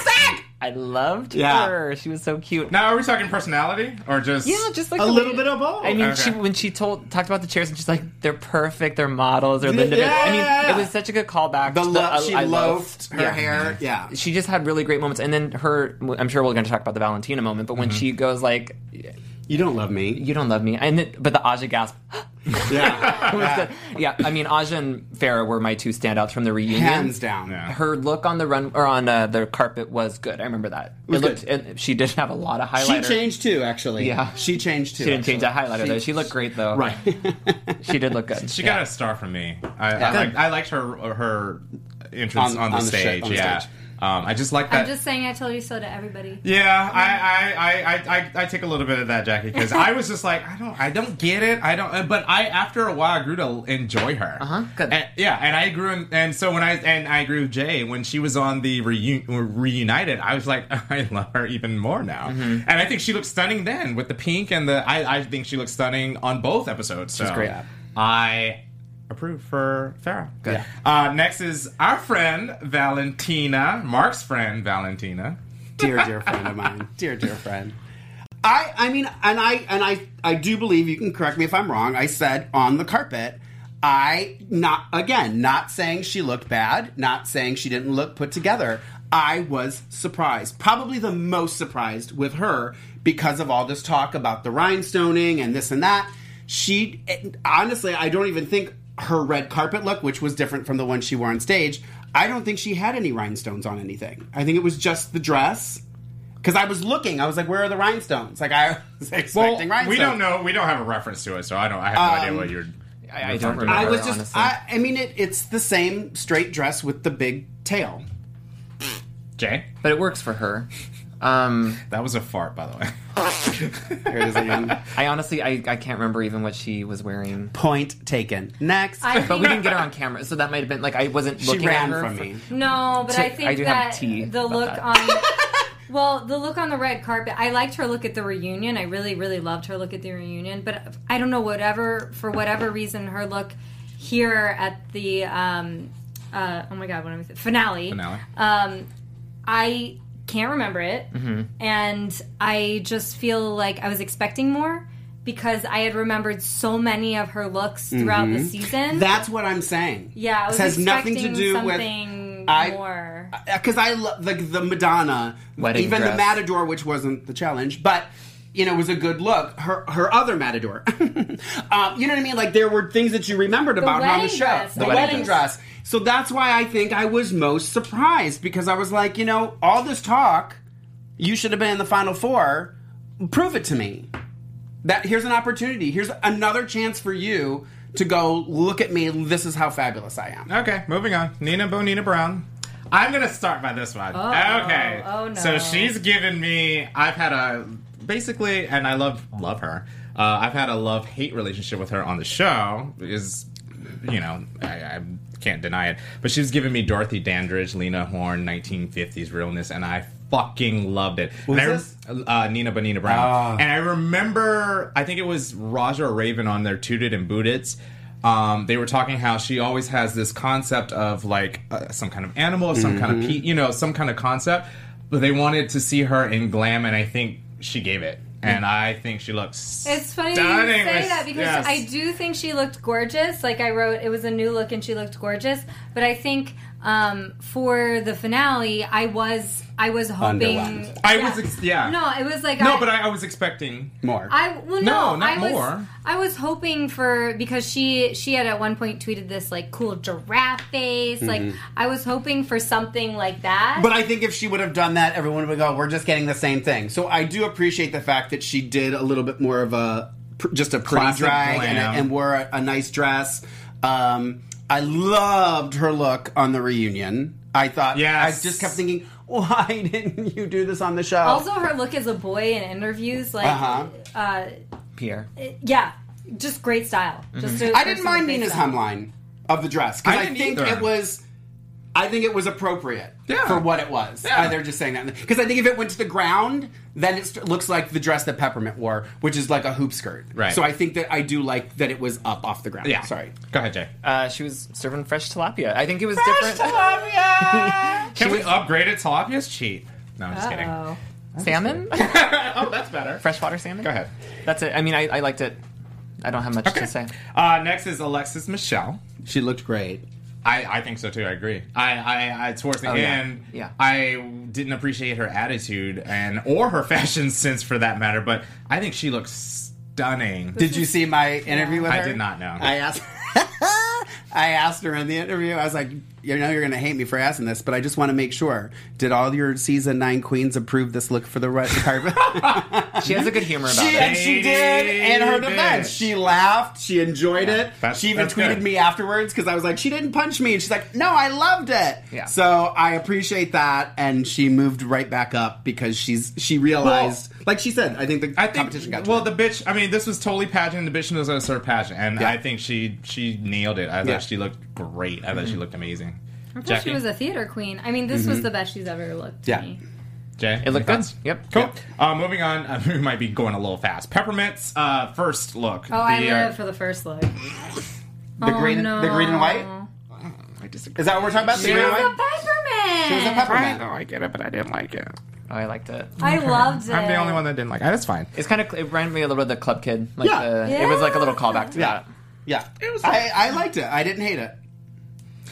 Speaker 6: I loved
Speaker 5: Yeah.
Speaker 6: her. She was so cute.
Speaker 4: Now, are we talking personality or just?
Speaker 6: Yeah, just like
Speaker 5: A
Speaker 6: the
Speaker 5: little
Speaker 6: way-
Speaker 5: bit of both.
Speaker 6: I mean,
Speaker 4: Okay.
Speaker 6: she when she told talked about the chairs, and she's like, "They're perfect. They're models. They're Linda." Vick." I
Speaker 5: Yeah.
Speaker 6: mean, it was such a good callback.
Speaker 5: The
Speaker 6: to
Speaker 5: lo-
Speaker 6: I-
Speaker 5: she
Speaker 6: I love-
Speaker 5: loafed her hair. Yeah.
Speaker 6: She just had really great moments, and then her. I'm sure we're going to talk about the Valentina moment, but when
Speaker 5: Mm-hmm.
Speaker 6: she goes like,
Speaker 5: You don't love me.
Speaker 6: "You don't love me," and then, but the Aja gasp. [laughs]
Speaker 5: yeah.
Speaker 6: was
Speaker 5: Ah.
Speaker 6: the- yeah, I mean, Aja and Farah were my two standouts from the
Speaker 5: [laughs]
Speaker 6: reunion.
Speaker 5: Hands down.
Speaker 6: Her look on the run or on uh, the carpet was good. I remember that. It,
Speaker 5: was
Speaker 6: looked.
Speaker 5: good.
Speaker 6: And she did have a lot of
Speaker 5: She
Speaker 6: highlighter.
Speaker 5: changed too, actually.
Speaker 6: Yeah.
Speaker 5: She changed too.
Speaker 6: She didn't change that
Speaker 5: actually.
Speaker 6: highlighter though. She looked great though.
Speaker 5: Right.
Speaker 6: She did
Speaker 5: [laughs]
Speaker 6: look good.
Speaker 4: She
Speaker 6: Yeah.
Speaker 4: got a star from me. I, I,
Speaker 6: Yeah.
Speaker 4: liked, I liked her her entrance on,
Speaker 5: On-
Speaker 4: the
Speaker 5: on the shi-
Speaker 4: stage.
Speaker 5: on the
Speaker 4: yeah,
Speaker 5: stage.
Speaker 4: Um, I just like that.
Speaker 1: I'm just saying, I told you so to everybody.
Speaker 4: yeah, I, I, I, I, I take a little bit of that, Jackie, because I was just like, I don't, I don't get it. I don't. uh, But I, after a while, I grew to enjoy her. Uh
Speaker 6: Uh-huh, good.
Speaker 4: yeah, and I grew, in, and so when I and I agree with Jay when she was on the reu- reunited, I was like, [laughs] I love her even more now, and I think she looked stunning then with the pink and the. I, I think she looked stunning on both episodes. She's so
Speaker 6: great.
Speaker 4: I approve for Farah. Good. Uh, next is our friend Valentina, Mark's friend Valentina.
Speaker 5: dear, dear friend of mine. Dear, dear friend. I, I mean, and I, and I, I do believe you can correct me if I'm wrong. I said on the carpet. I not again, not saying she looked bad, not saying she didn't look put together. I was surprised, probably the most surprised with her because of all this talk about the rhinestoning and this and that. She honestly, I don't even think her red carpet look, which was different from the one she wore on stage. I don't think she had any rhinestones on anything. I think it was just the dress. Because I was looking, I was like, "Where are the rhinestones?" Like I [laughs] was expecting rhinestones. Um,
Speaker 4: we don't know. We don't have a reference to it, so I don't. I have no idea what you're.
Speaker 6: I
Speaker 4: referring
Speaker 6: don't
Speaker 4: to.
Speaker 6: remember.
Speaker 5: I was
Speaker 6: her,
Speaker 5: just.
Speaker 6: honestly.
Speaker 5: I, I mean, it, it's the same straight dress with the big tail.
Speaker 4: Jay,
Speaker 6: but it works for her. Um,
Speaker 4: that was a fart, by the way.
Speaker 5: Here it is again.
Speaker 6: I honestly, I, I can't remember even what she was
Speaker 5: [laughs]
Speaker 6: wearing.
Speaker 5: Point taken. Next,
Speaker 1: I
Speaker 6: But we
Speaker 1: think-
Speaker 6: didn't get her on camera, so that might have been like I wasn't
Speaker 5: she
Speaker 6: looking
Speaker 5: ran
Speaker 6: at her.
Speaker 5: from
Speaker 6: for-
Speaker 5: me.
Speaker 1: No, but
Speaker 6: T-
Speaker 1: I think
Speaker 6: I do have
Speaker 1: that
Speaker 6: tea
Speaker 1: the
Speaker 6: about
Speaker 1: look
Speaker 6: that.
Speaker 1: on.
Speaker 6: [laughs]
Speaker 1: Well, the look on the red carpet. I liked her look at the reunion. I really, really loved her look at the reunion. But I don't know, whatever for whatever reason, her look here at the um, uh, oh my god, what am I saying? finale?
Speaker 4: Finale.
Speaker 1: Um, I can't remember it.
Speaker 6: Mm-hmm.
Speaker 1: And I just feel like I was expecting more because I had remembered so many of her looks throughout
Speaker 6: Mm-hmm.
Speaker 1: the season.
Speaker 5: That's what I'm saying.
Speaker 1: yeah, I was
Speaker 5: this has
Speaker 1: expecting
Speaker 5: nothing to do with
Speaker 1: something
Speaker 5: I-
Speaker 1: more.
Speaker 5: because uh, I love like the Madonna,
Speaker 9: Wedding
Speaker 5: even the
Speaker 9: dress.
Speaker 5: Matador, which wasn't the challenge, but you know was a good look. Her her other Matador, [laughs] um, you know what I mean? Like there were things that you remembered about her on the
Speaker 1: wedding
Speaker 5: show,
Speaker 1: dress.
Speaker 5: the,
Speaker 1: The
Speaker 5: wedding,
Speaker 1: wedding
Speaker 5: dress. So that's why I think I was most surprised because I was like, you know, all this talk, you should have been in the final four. Prove it to me. That here's an opportunity. Here's another chance for you to go look at me. This is how fabulous I am.
Speaker 4: Okay, moving on. Nina Bonina Brown. I'm gonna start by this one. okay.
Speaker 1: oh no.
Speaker 4: So she's given me. I've had a basically, and I love love her. Uh, I've had a love hate relationship with her on the show because you know I, I can't deny it. But she's given me Dorothy Dandridge, Lena Horne, 1950s realness, and I fucking loved it.
Speaker 5: Who's
Speaker 4: And I-
Speaker 5: this?
Speaker 4: uh, Nina Bonina Brown. And I remember, I think it was Raja or Raven on their Tooted and Booteds. Um, they were talking how she always has this concept of like uh, some kind of animal, some kind of pe- you know, some kind of concept. But they wanted to see her in glam, and I think she gave it. And I think she looks.
Speaker 1: It's funny that you
Speaker 4: stunning
Speaker 1: say
Speaker 4: with-
Speaker 1: that because
Speaker 4: yes.
Speaker 1: I do think she looked gorgeous. Like I wrote, it was a new look and she looked gorgeous. But I think um, for the finale, I was I was hoping.
Speaker 5: Underwhelmed.
Speaker 4: I was ex- yeah.
Speaker 1: No, it was like
Speaker 4: No, but I, I was expecting.
Speaker 5: More.
Speaker 1: I well no,
Speaker 4: No, not
Speaker 1: I was
Speaker 4: more.
Speaker 1: I was hoping for because she she had at one point tweeted this like cool giraffe face
Speaker 5: Mm-hmm.
Speaker 1: like I was hoping for something like that.
Speaker 5: But I think if she would have done that, everyone would go, "We're just getting the same thing." So I do appreciate the fact that she did a little bit more of a pr- just a pretty
Speaker 4: Classic
Speaker 5: drag
Speaker 4: glam.
Speaker 5: and, and wore a, a nice dress. Um, I loved her look on the reunion. I thought,
Speaker 4: Yes.
Speaker 5: I just kept thinking, why [laughs] didn't you do this on the show?
Speaker 1: also, her look as a boy in interviews like
Speaker 5: Uh-huh.
Speaker 1: uh,
Speaker 6: Pierre.
Speaker 1: yeah, just great style. Just a-
Speaker 5: I didn't
Speaker 1: just
Speaker 5: mind
Speaker 1: a great
Speaker 5: Nina's
Speaker 1: style.
Speaker 5: hemline of the dress because
Speaker 4: I
Speaker 5: I,
Speaker 4: didn't
Speaker 5: think
Speaker 4: either.
Speaker 5: it was. I think it was appropriate
Speaker 4: Yeah.
Speaker 5: for what it was. Uh, they're just saying that because I think if it went to the ground, then it st- looks like the dress that Peppermint wore, which is like a hoop skirt.
Speaker 4: Right.
Speaker 5: So I think that I do like that it was up off the ground.
Speaker 4: Yeah.
Speaker 5: Sorry.
Speaker 4: Go ahead, Jay.
Speaker 6: Uh, she was serving fresh tilapia. I think it was different.
Speaker 4: Can we upgrade it? Telapia's cheap. No, I'm just kidding.
Speaker 1: Oh.
Speaker 6: salmon?
Speaker 4: Oh, that's better.
Speaker 6: Freshwater salmon?
Speaker 4: Go ahead.
Speaker 6: That's it. I mean, I, I liked it. I don't have much to say.
Speaker 4: Uh, next is Alexis Michelle.
Speaker 5: She looked great.
Speaker 4: I, I think so too. I agree. I, I, I towards the
Speaker 6: Oh, yeah.
Speaker 4: end,
Speaker 6: Yeah.
Speaker 4: I didn't appreciate her attitude and or her [laughs] fashion sense for that matter. But I think she looks stunning.
Speaker 5: Did you see my interview with
Speaker 4: I
Speaker 5: her?
Speaker 4: did not know.
Speaker 5: I asked. [laughs] I asked her in the interview. I was like, "You know, you're going to hate me for asking this, but I just want to make sure. Did all your season nine queens approve this look for the red [laughs] carpet?"
Speaker 6: She has a good humor about
Speaker 5: She,
Speaker 6: it.
Speaker 5: and she did in her defense.
Speaker 4: bitch.
Speaker 5: She laughed. She enjoyed it.
Speaker 4: that's-
Speaker 5: she even
Speaker 4: that's
Speaker 5: tweeted
Speaker 4: good.
Speaker 5: me afterwards because I was like, she didn't punch me. And she's like, no, I loved it.
Speaker 6: Yeah.
Speaker 5: So I appreciate that. And she moved right back up because she's she realized, like she said, I think the
Speaker 4: I think.
Speaker 5: competition got to
Speaker 4: well,
Speaker 5: her.
Speaker 4: the bitch. I mean, this was totally pageant. The bitch knows how to serve pageant, and
Speaker 5: Yeah.
Speaker 4: I think she she nailed it. I
Speaker 5: Yeah. Mm-hmm.
Speaker 4: thought she looked great. I thought she looked amazing.
Speaker 1: I thought
Speaker 4: Jackie?
Speaker 1: she was a theater queen. I mean, this was the best she's ever looked. To
Speaker 5: Yeah.
Speaker 1: me.
Speaker 4: Jay,
Speaker 6: It looked
Speaker 4: any
Speaker 6: good.
Speaker 4: thoughts?
Speaker 6: Yep.
Speaker 4: Cool. Uh, moving on, [laughs] uh, we might be going a little fast. Peppermint's uh, first look.
Speaker 1: Oh, I
Speaker 4: The,
Speaker 1: live
Speaker 4: uh,
Speaker 1: for the first look. Oh,
Speaker 5: the green,
Speaker 1: no.
Speaker 5: the green and white.
Speaker 4: I disagree.
Speaker 5: Is that what we're talking about? The
Speaker 1: She
Speaker 5: green
Speaker 1: was
Speaker 5: and
Speaker 1: a
Speaker 5: white.
Speaker 1: peppermint.
Speaker 5: It was a
Speaker 4: I
Speaker 5: peppermint.
Speaker 4: know I get it, but I didn't like it.
Speaker 6: Oh, I liked it.
Speaker 1: I loved it.
Speaker 4: I'm the only one that didn't like it. That's fine.
Speaker 6: It's kind of, it reminded me a little bit of the Club Kid. Like
Speaker 5: Yeah.
Speaker 6: the, It was like a little callback to
Speaker 5: Yeah, yeah. I, I liked it. I didn't hate it.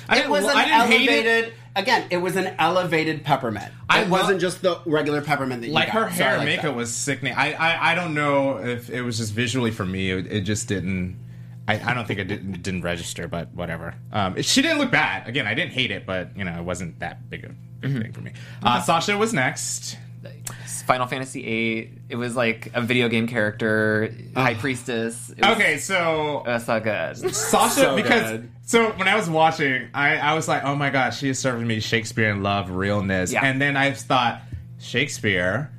Speaker 4: I
Speaker 5: It was an
Speaker 4: I didn't hate it.
Speaker 5: elevated. Again, it was an elevated peppermint.
Speaker 4: I
Speaker 5: it
Speaker 4: lo-
Speaker 5: wasn't just the regular peppermint that you
Speaker 4: Like
Speaker 5: got.
Speaker 4: her
Speaker 5: So
Speaker 4: hair
Speaker 5: I
Speaker 4: and
Speaker 5: like
Speaker 4: makeup
Speaker 5: that.
Speaker 4: was sickening. I, I I don't know if it was just visually for me. It, it just didn't. I, I don't think it didn't, it didn't register, but whatever. Um, she didn't look bad. Again, I didn't hate it, but you know, it wasn't that big of a
Speaker 5: Mm-hmm.
Speaker 4: thing for me. Uh, Sasha was next.
Speaker 6: that. Final Fantasy VIII. It was like a video game character, High Priestess. It was,
Speaker 4: Okay, so
Speaker 6: That's not
Speaker 4: [laughs]
Speaker 6: good.
Speaker 4: Sasha,
Speaker 5: So
Speaker 4: because
Speaker 5: good.
Speaker 4: so when I was watching, I, I was like, oh my gosh, she is serving me Shakespeare and love realness.
Speaker 6: Yeah.
Speaker 4: And then I thought, Shakespeare,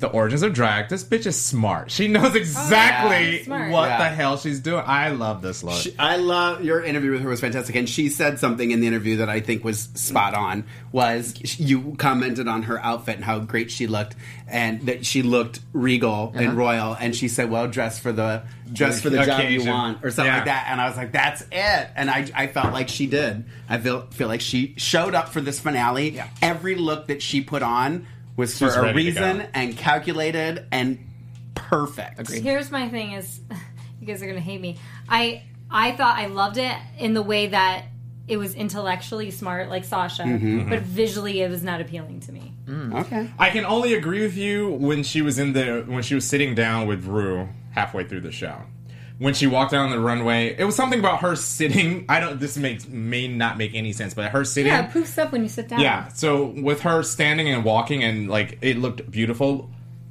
Speaker 4: the origins of drag. This bitch is smart. She knows exactly
Speaker 1: smart.
Speaker 4: what
Speaker 5: Oh, Yeah.
Speaker 4: the hell she's doing. I love this look.
Speaker 5: She- I love your interview with her was fantastic, and she said something in the interview that I think was spot on. Was sh- you commented on her outfit and how great she looked, and that she looked regal
Speaker 4: Uh-huh.
Speaker 5: and royal, and she said, "Well, dress for the dress for the job you
Speaker 4: Occasion.
Speaker 5: want," or something
Speaker 4: Yeah.
Speaker 5: like that. And I was like, "That's it," and I, I felt like she did. I feel feel like she showed up for this finale. Every look that she put on was for
Speaker 4: She's
Speaker 5: a
Speaker 4: ready to go.
Speaker 5: reason and calculated and perfect. Agreed.
Speaker 1: Here's my thing: is [laughs] you guys are gonna hate me. I I thought I loved it in the way that it was intellectually smart, like Sasha, but visually it was not appealing to me.
Speaker 5: Okay.
Speaker 4: I can only agree with you when she was in the when she was sitting down with Rue halfway through the show. When she walked down the runway, it was something about her sitting. I don't. This makes may not make any sense, but her sitting.
Speaker 1: Yeah, it poofs up when you sit down.
Speaker 4: Yeah. So with her standing and walking and like it looked beautiful.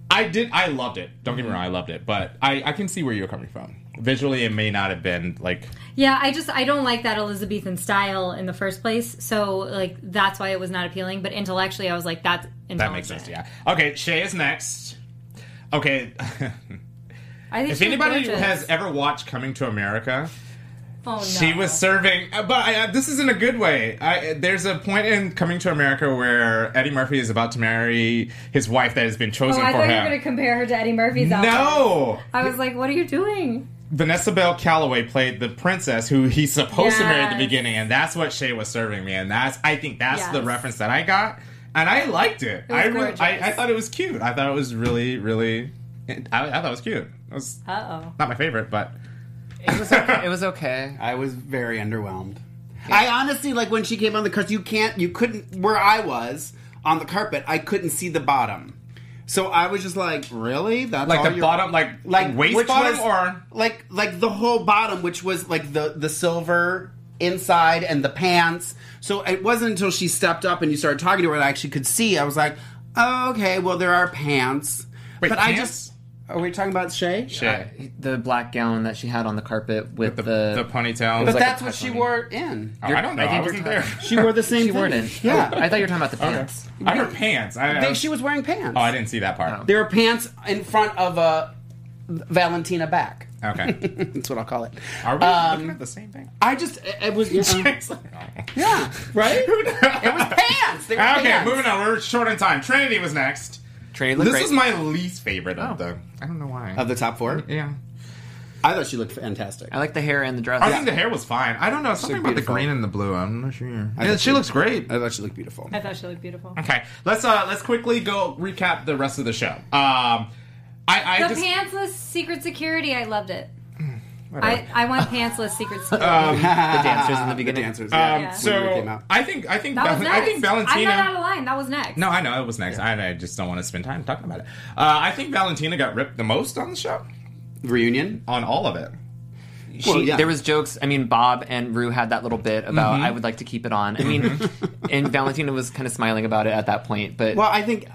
Speaker 4: I did. I loved it. Don't
Speaker 1: Mm-hmm.
Speaker 4: get me wrong. I loved it, but I I can see where you're coming from. Visually, it may not have been like
Speaker 1: Yeah, I just I don't like that Elizabethan style in the first place. So like that's why it was not appealing. But intellectually, I was like, that's intelligent.
Speaker 4: that makes sense. Yeah. Okay. Shay is next.
Speaker 1: [laughs]
Speaker 4: Okay.
Speaker 1: I think
Speaker 4: if
Speaker 1: she was
Speaker 4: anybody
Speaker 1: gorgeous.
Speaker 4: has ever watched Coming to America,
Speaker 1: oh, no.
Speaker 4: She was serving, uh, but I, uh, this isn't a good way. I, uh, there's a point in Coming to America where Eddie Murphy is about to marry his wife that has been
Speaker 1: Oh,
Speaker 4: chosen
Speaker 1: I
Speaker 4: for
Speaker 1: thought you were
Speaker 4: him.
Speaker 1: gonna compare her to Eddie Murphy's. outfit.
Speaker 4: no,
Speaker 1: I was like, what are you doing?
Speaker 4: Vanessa Bell Calloway played the princess who he's supposed to marry at
Speaker 1: Yes.
Speaker 4: the beginning, and that's what Shay was serving me, and that's I think that's the
Speaker 1: Yes.
Speaker 4: reference that I got, and I liked it.
Speaker 1: was
Speaker 4: I, really,
Speaker 1: gorgeous.
Speaker 4: I I thought it was cute. I thought it was really really. I, I thought it was cute. It was
Speaker 1: Uh oh.
Speaker 4: not my favorite, but
Speaker 9: It was okay. It was okay.
Speaker 5: I was very underwhelmed. I honestly like when she came on the carpet. You can't, you couldn't. Where I was on the carpet, I couldn't see the bottom. So I was just like, really? That's
Speaker 4: Like
Speaker 5: all
Speaker 4: the
Speaker 5: you're-
Speaker 4: bottom, like- waist
Speaker 5: which
Speaker 4: bottom
Speaker 5: was-
Speaker 4: or-
Speaker 5: like like the whole bottom, which was like the the silver inside and the pants. So it wasn't until she stepped up and you started talking to her that I actually could see. I was like, oh, okay, well there are pants,
Speaker 4: Wait,
Speaker 5: but I
Speaker 4: pants?
Speaker 5: just. uh, Are we talking about Shay?
Speaker 4: Shay.
Speaker 9: The black gown that she had on the carpet with,
Speaker 4: the,
Speaker 9: the,
Speaker 4: the ponytail. oh,
Speaker 5: But
Speaker 9: like a
Speaker 5: that's what she
Speaker 9: pepperoni.
Speaker 5: wore in.
Speaker 4: I don't know.
Speaker 9: I
Speaker 4: I,
Speaker 9: think you're
Speaker 4: wasn't
Speaker 9: talking-
Speaker 4: there.
Speaker 5: She
Speaker 4: [laughs]
Speaker 5: wore the same.
Speaker 9: She wore it
Speaker 5: thing.
Speaker 9: in.
Speaker 5: Yeah,
Speaker 4: Oh.
Speaker 9: I thought you were talking about the pants.
Speaker 4: I heard pants. I,
Speaker 5: They,
Speaker 4: I-
Speaker 5: she was wearing pants.
Speaker 4: oh, I didn't see that part.
Speaker 5: There were pants in front of a Valentina back. [laughs]
Speaker 4: Okay.
Speaker 5: That's what I'll call it.
Speaker 4: Are we looking at the same thing?
Speaker 5: I just it,
Speaker 4: [laughs]
Speaker 5: it was yeah, yeah, right. Um, it was pants. They were
Speaker 4: Ah, okay,
Speaker 5: pants.
Speaker 4: moving on. We're short on time. Trinity was next.
Speaker 6: Trinity looked
Speaker 4: This
Speaker 6: great.
Speaker 4: was my least favorite of the. Oh, I don't know why.
Speaker 5: Of the top four,
Speaker 4: yeah.
Speaker 5: I thought she looked fantastic.
Speaker 9: I like the hair and the dress.
Speaker 4: I think the hair was fine. I don't know. Something about the
Speaker 5: beautiful.
Speaker 4: green and the blue. I'm not sure.
Speaker 5: thought
Speaker 4: Yeah, she
Speaker 5: she-
Speaker 4: looks great.
Speaker 5: I thought she looked beautiful.
Speaker 1: I thought she looked beautiful.
Speaker 4: Okay, let's uh let's quickly go recap the rest of the show. Um, I I
Speaker 1: The
Speaker 4: just Hmm,
Speaker 1: pantsless secret security, I loved it. I, I want pantsless
Speaker 4: [laughs]
Speaker 1: secret
Speaker 4: Uh,
Speaker 1: security.
Speaker 9: the dancers in the
Speaker 5: The
Speaker 9: beginning.
Speaker 5: dancers, yeah.
Speaker 4: um,
Speaker 1: Yeah.
Speaker 5: When we came
Speaker 4: so
Speaker 5: out.
Speaker 4: I think I think
Speaker 1: that was
Speaker 4: Val-
Speaker 1: next.
Speaker 4: I think Valentina.
Speaker 1: I'm not out of line. That was next.
Speaker 4: No, I know it was next. I, I just don't want to spend time talking about it. Uh, I think Valentina got ripped the most on the show,
Speaker 5: Reunion.
Speaker 4: on all of it.
Speaker 6: She,
Speaker 5: Well, yeah. Mm-hmm.
Speaker 6: There was jokes. I mean, Bob and Rue had that little bit about I would like to keep it on. I mean, and Valentina was kind of smiling about it at that point. But
Speaker 5: Well, I think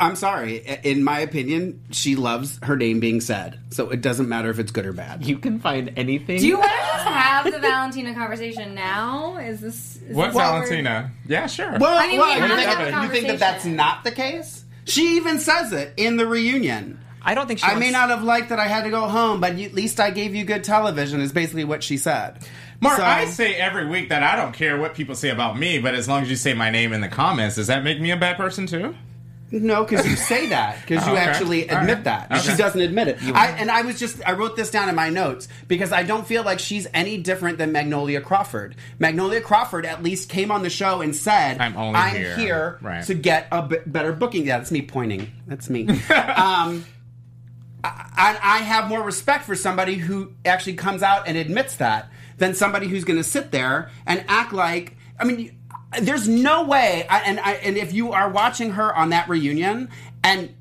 Speaker 5: I'm sorry. In my opinion, she loves her name being said, so it doesn't matter if it's good or bad.
Speaker 6: you can find anything.
Speaker 1: Do you want to just have the Valentina conversation now? Is this is
Speaker 4: What
Speaker 1: this we're-
Speaker 4: Valentina? Yeah, sure.
Speaker 5: Well,
Speaker 1: I mean,
Speaker 5: well,
Speaker 1: we
Speaker 5: you,
Speaker 1: have
Speaker 5: think,
Speaker 1: to have a
Speaker 5: you think that that's
Speaker 1: conversation.
Speaker 5: not the case? She even says it in the reunion.
Speaker 6: I don't think she
Speaker 5: I may
Speaker 6: wants-
Speaker 5: not have liked that I had to go home, but you- at least I gave you good television, is basically what she said.
Speaker 4: Mark,
Speaker 5: So-
Speaker 4: I say every week that I don't care what people say about me, but as long as you say my name in the comments, does that make me a bad person too?
Speaker 5: No, because you say that because you
Speaker 4: okay.
Speaker 5: actually
Speaker 4: All
Speaker 5: admit
Speaker 4: right.
Speaker 5: that
Speaker 4: Okay.
Speaker 5: she doesn't admit it. I, and I was just I wrote this down in my notes because I don't feel like she's any different than Magnolia Crawford. Magnolia Crawford at least came on the show and said,
Speaker 4: I'm only here." Right.
Speaker 5: to get a b- better booking." Yeah, that's me pointing. That's me. um, I, I have more respect for somebody who actually comes out and admits that than somebody who's going to sit there and act like. I mean, there's no way. I, and I, and if you are watching her on that reunion and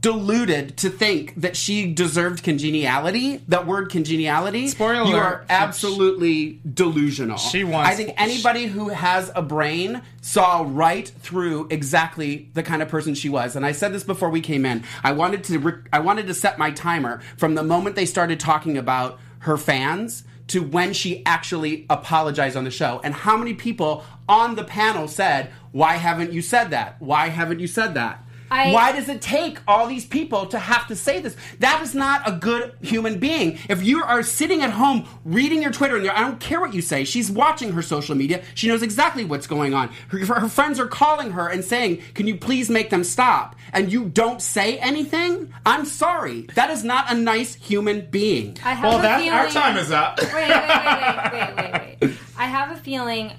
Speaker 5: deluded to think that she deserved congeniality, that word congeniality,
Speaker 4: Spoiler
Speaker 5: you
Speaker 4: alert.
Speaker 5: are absolutely delusional.
Speaker 4: She wants-
Speaker 5: I think anybody who has a brain saw right through exactly the kind of person she was. And I said this before we came in. I wanted to re- I wanted to set my timer from the moment they started talking about her fans to when she actually apologized on the show and how many people on the panel said, "Why haven't you said that? Why haven't you said that?"
Speaker 1: I-
Speaker 5: Why does it take all these people to have to say this? That is not a good human being. If you are sitting at home reading your Twitter and you're- I don't care what you say, she's watching her social media. She knows exactly what's going on. Her, her friends are calling her and saying, "Can you please make them stop?" And you don't say anything. I'm sorry. That is not a nice human being.
Speaker 1: I have
Speaker 4: Well,
Speaker 1: a
Speaker 4: that
Speaker 1: feeling,
Speaker 4: our time is up.
Speaker 1: Wait, wait, wait, wait,
Speaker 4: [laughs]
Speaker 1: wait, wait, wait. I have a feeling,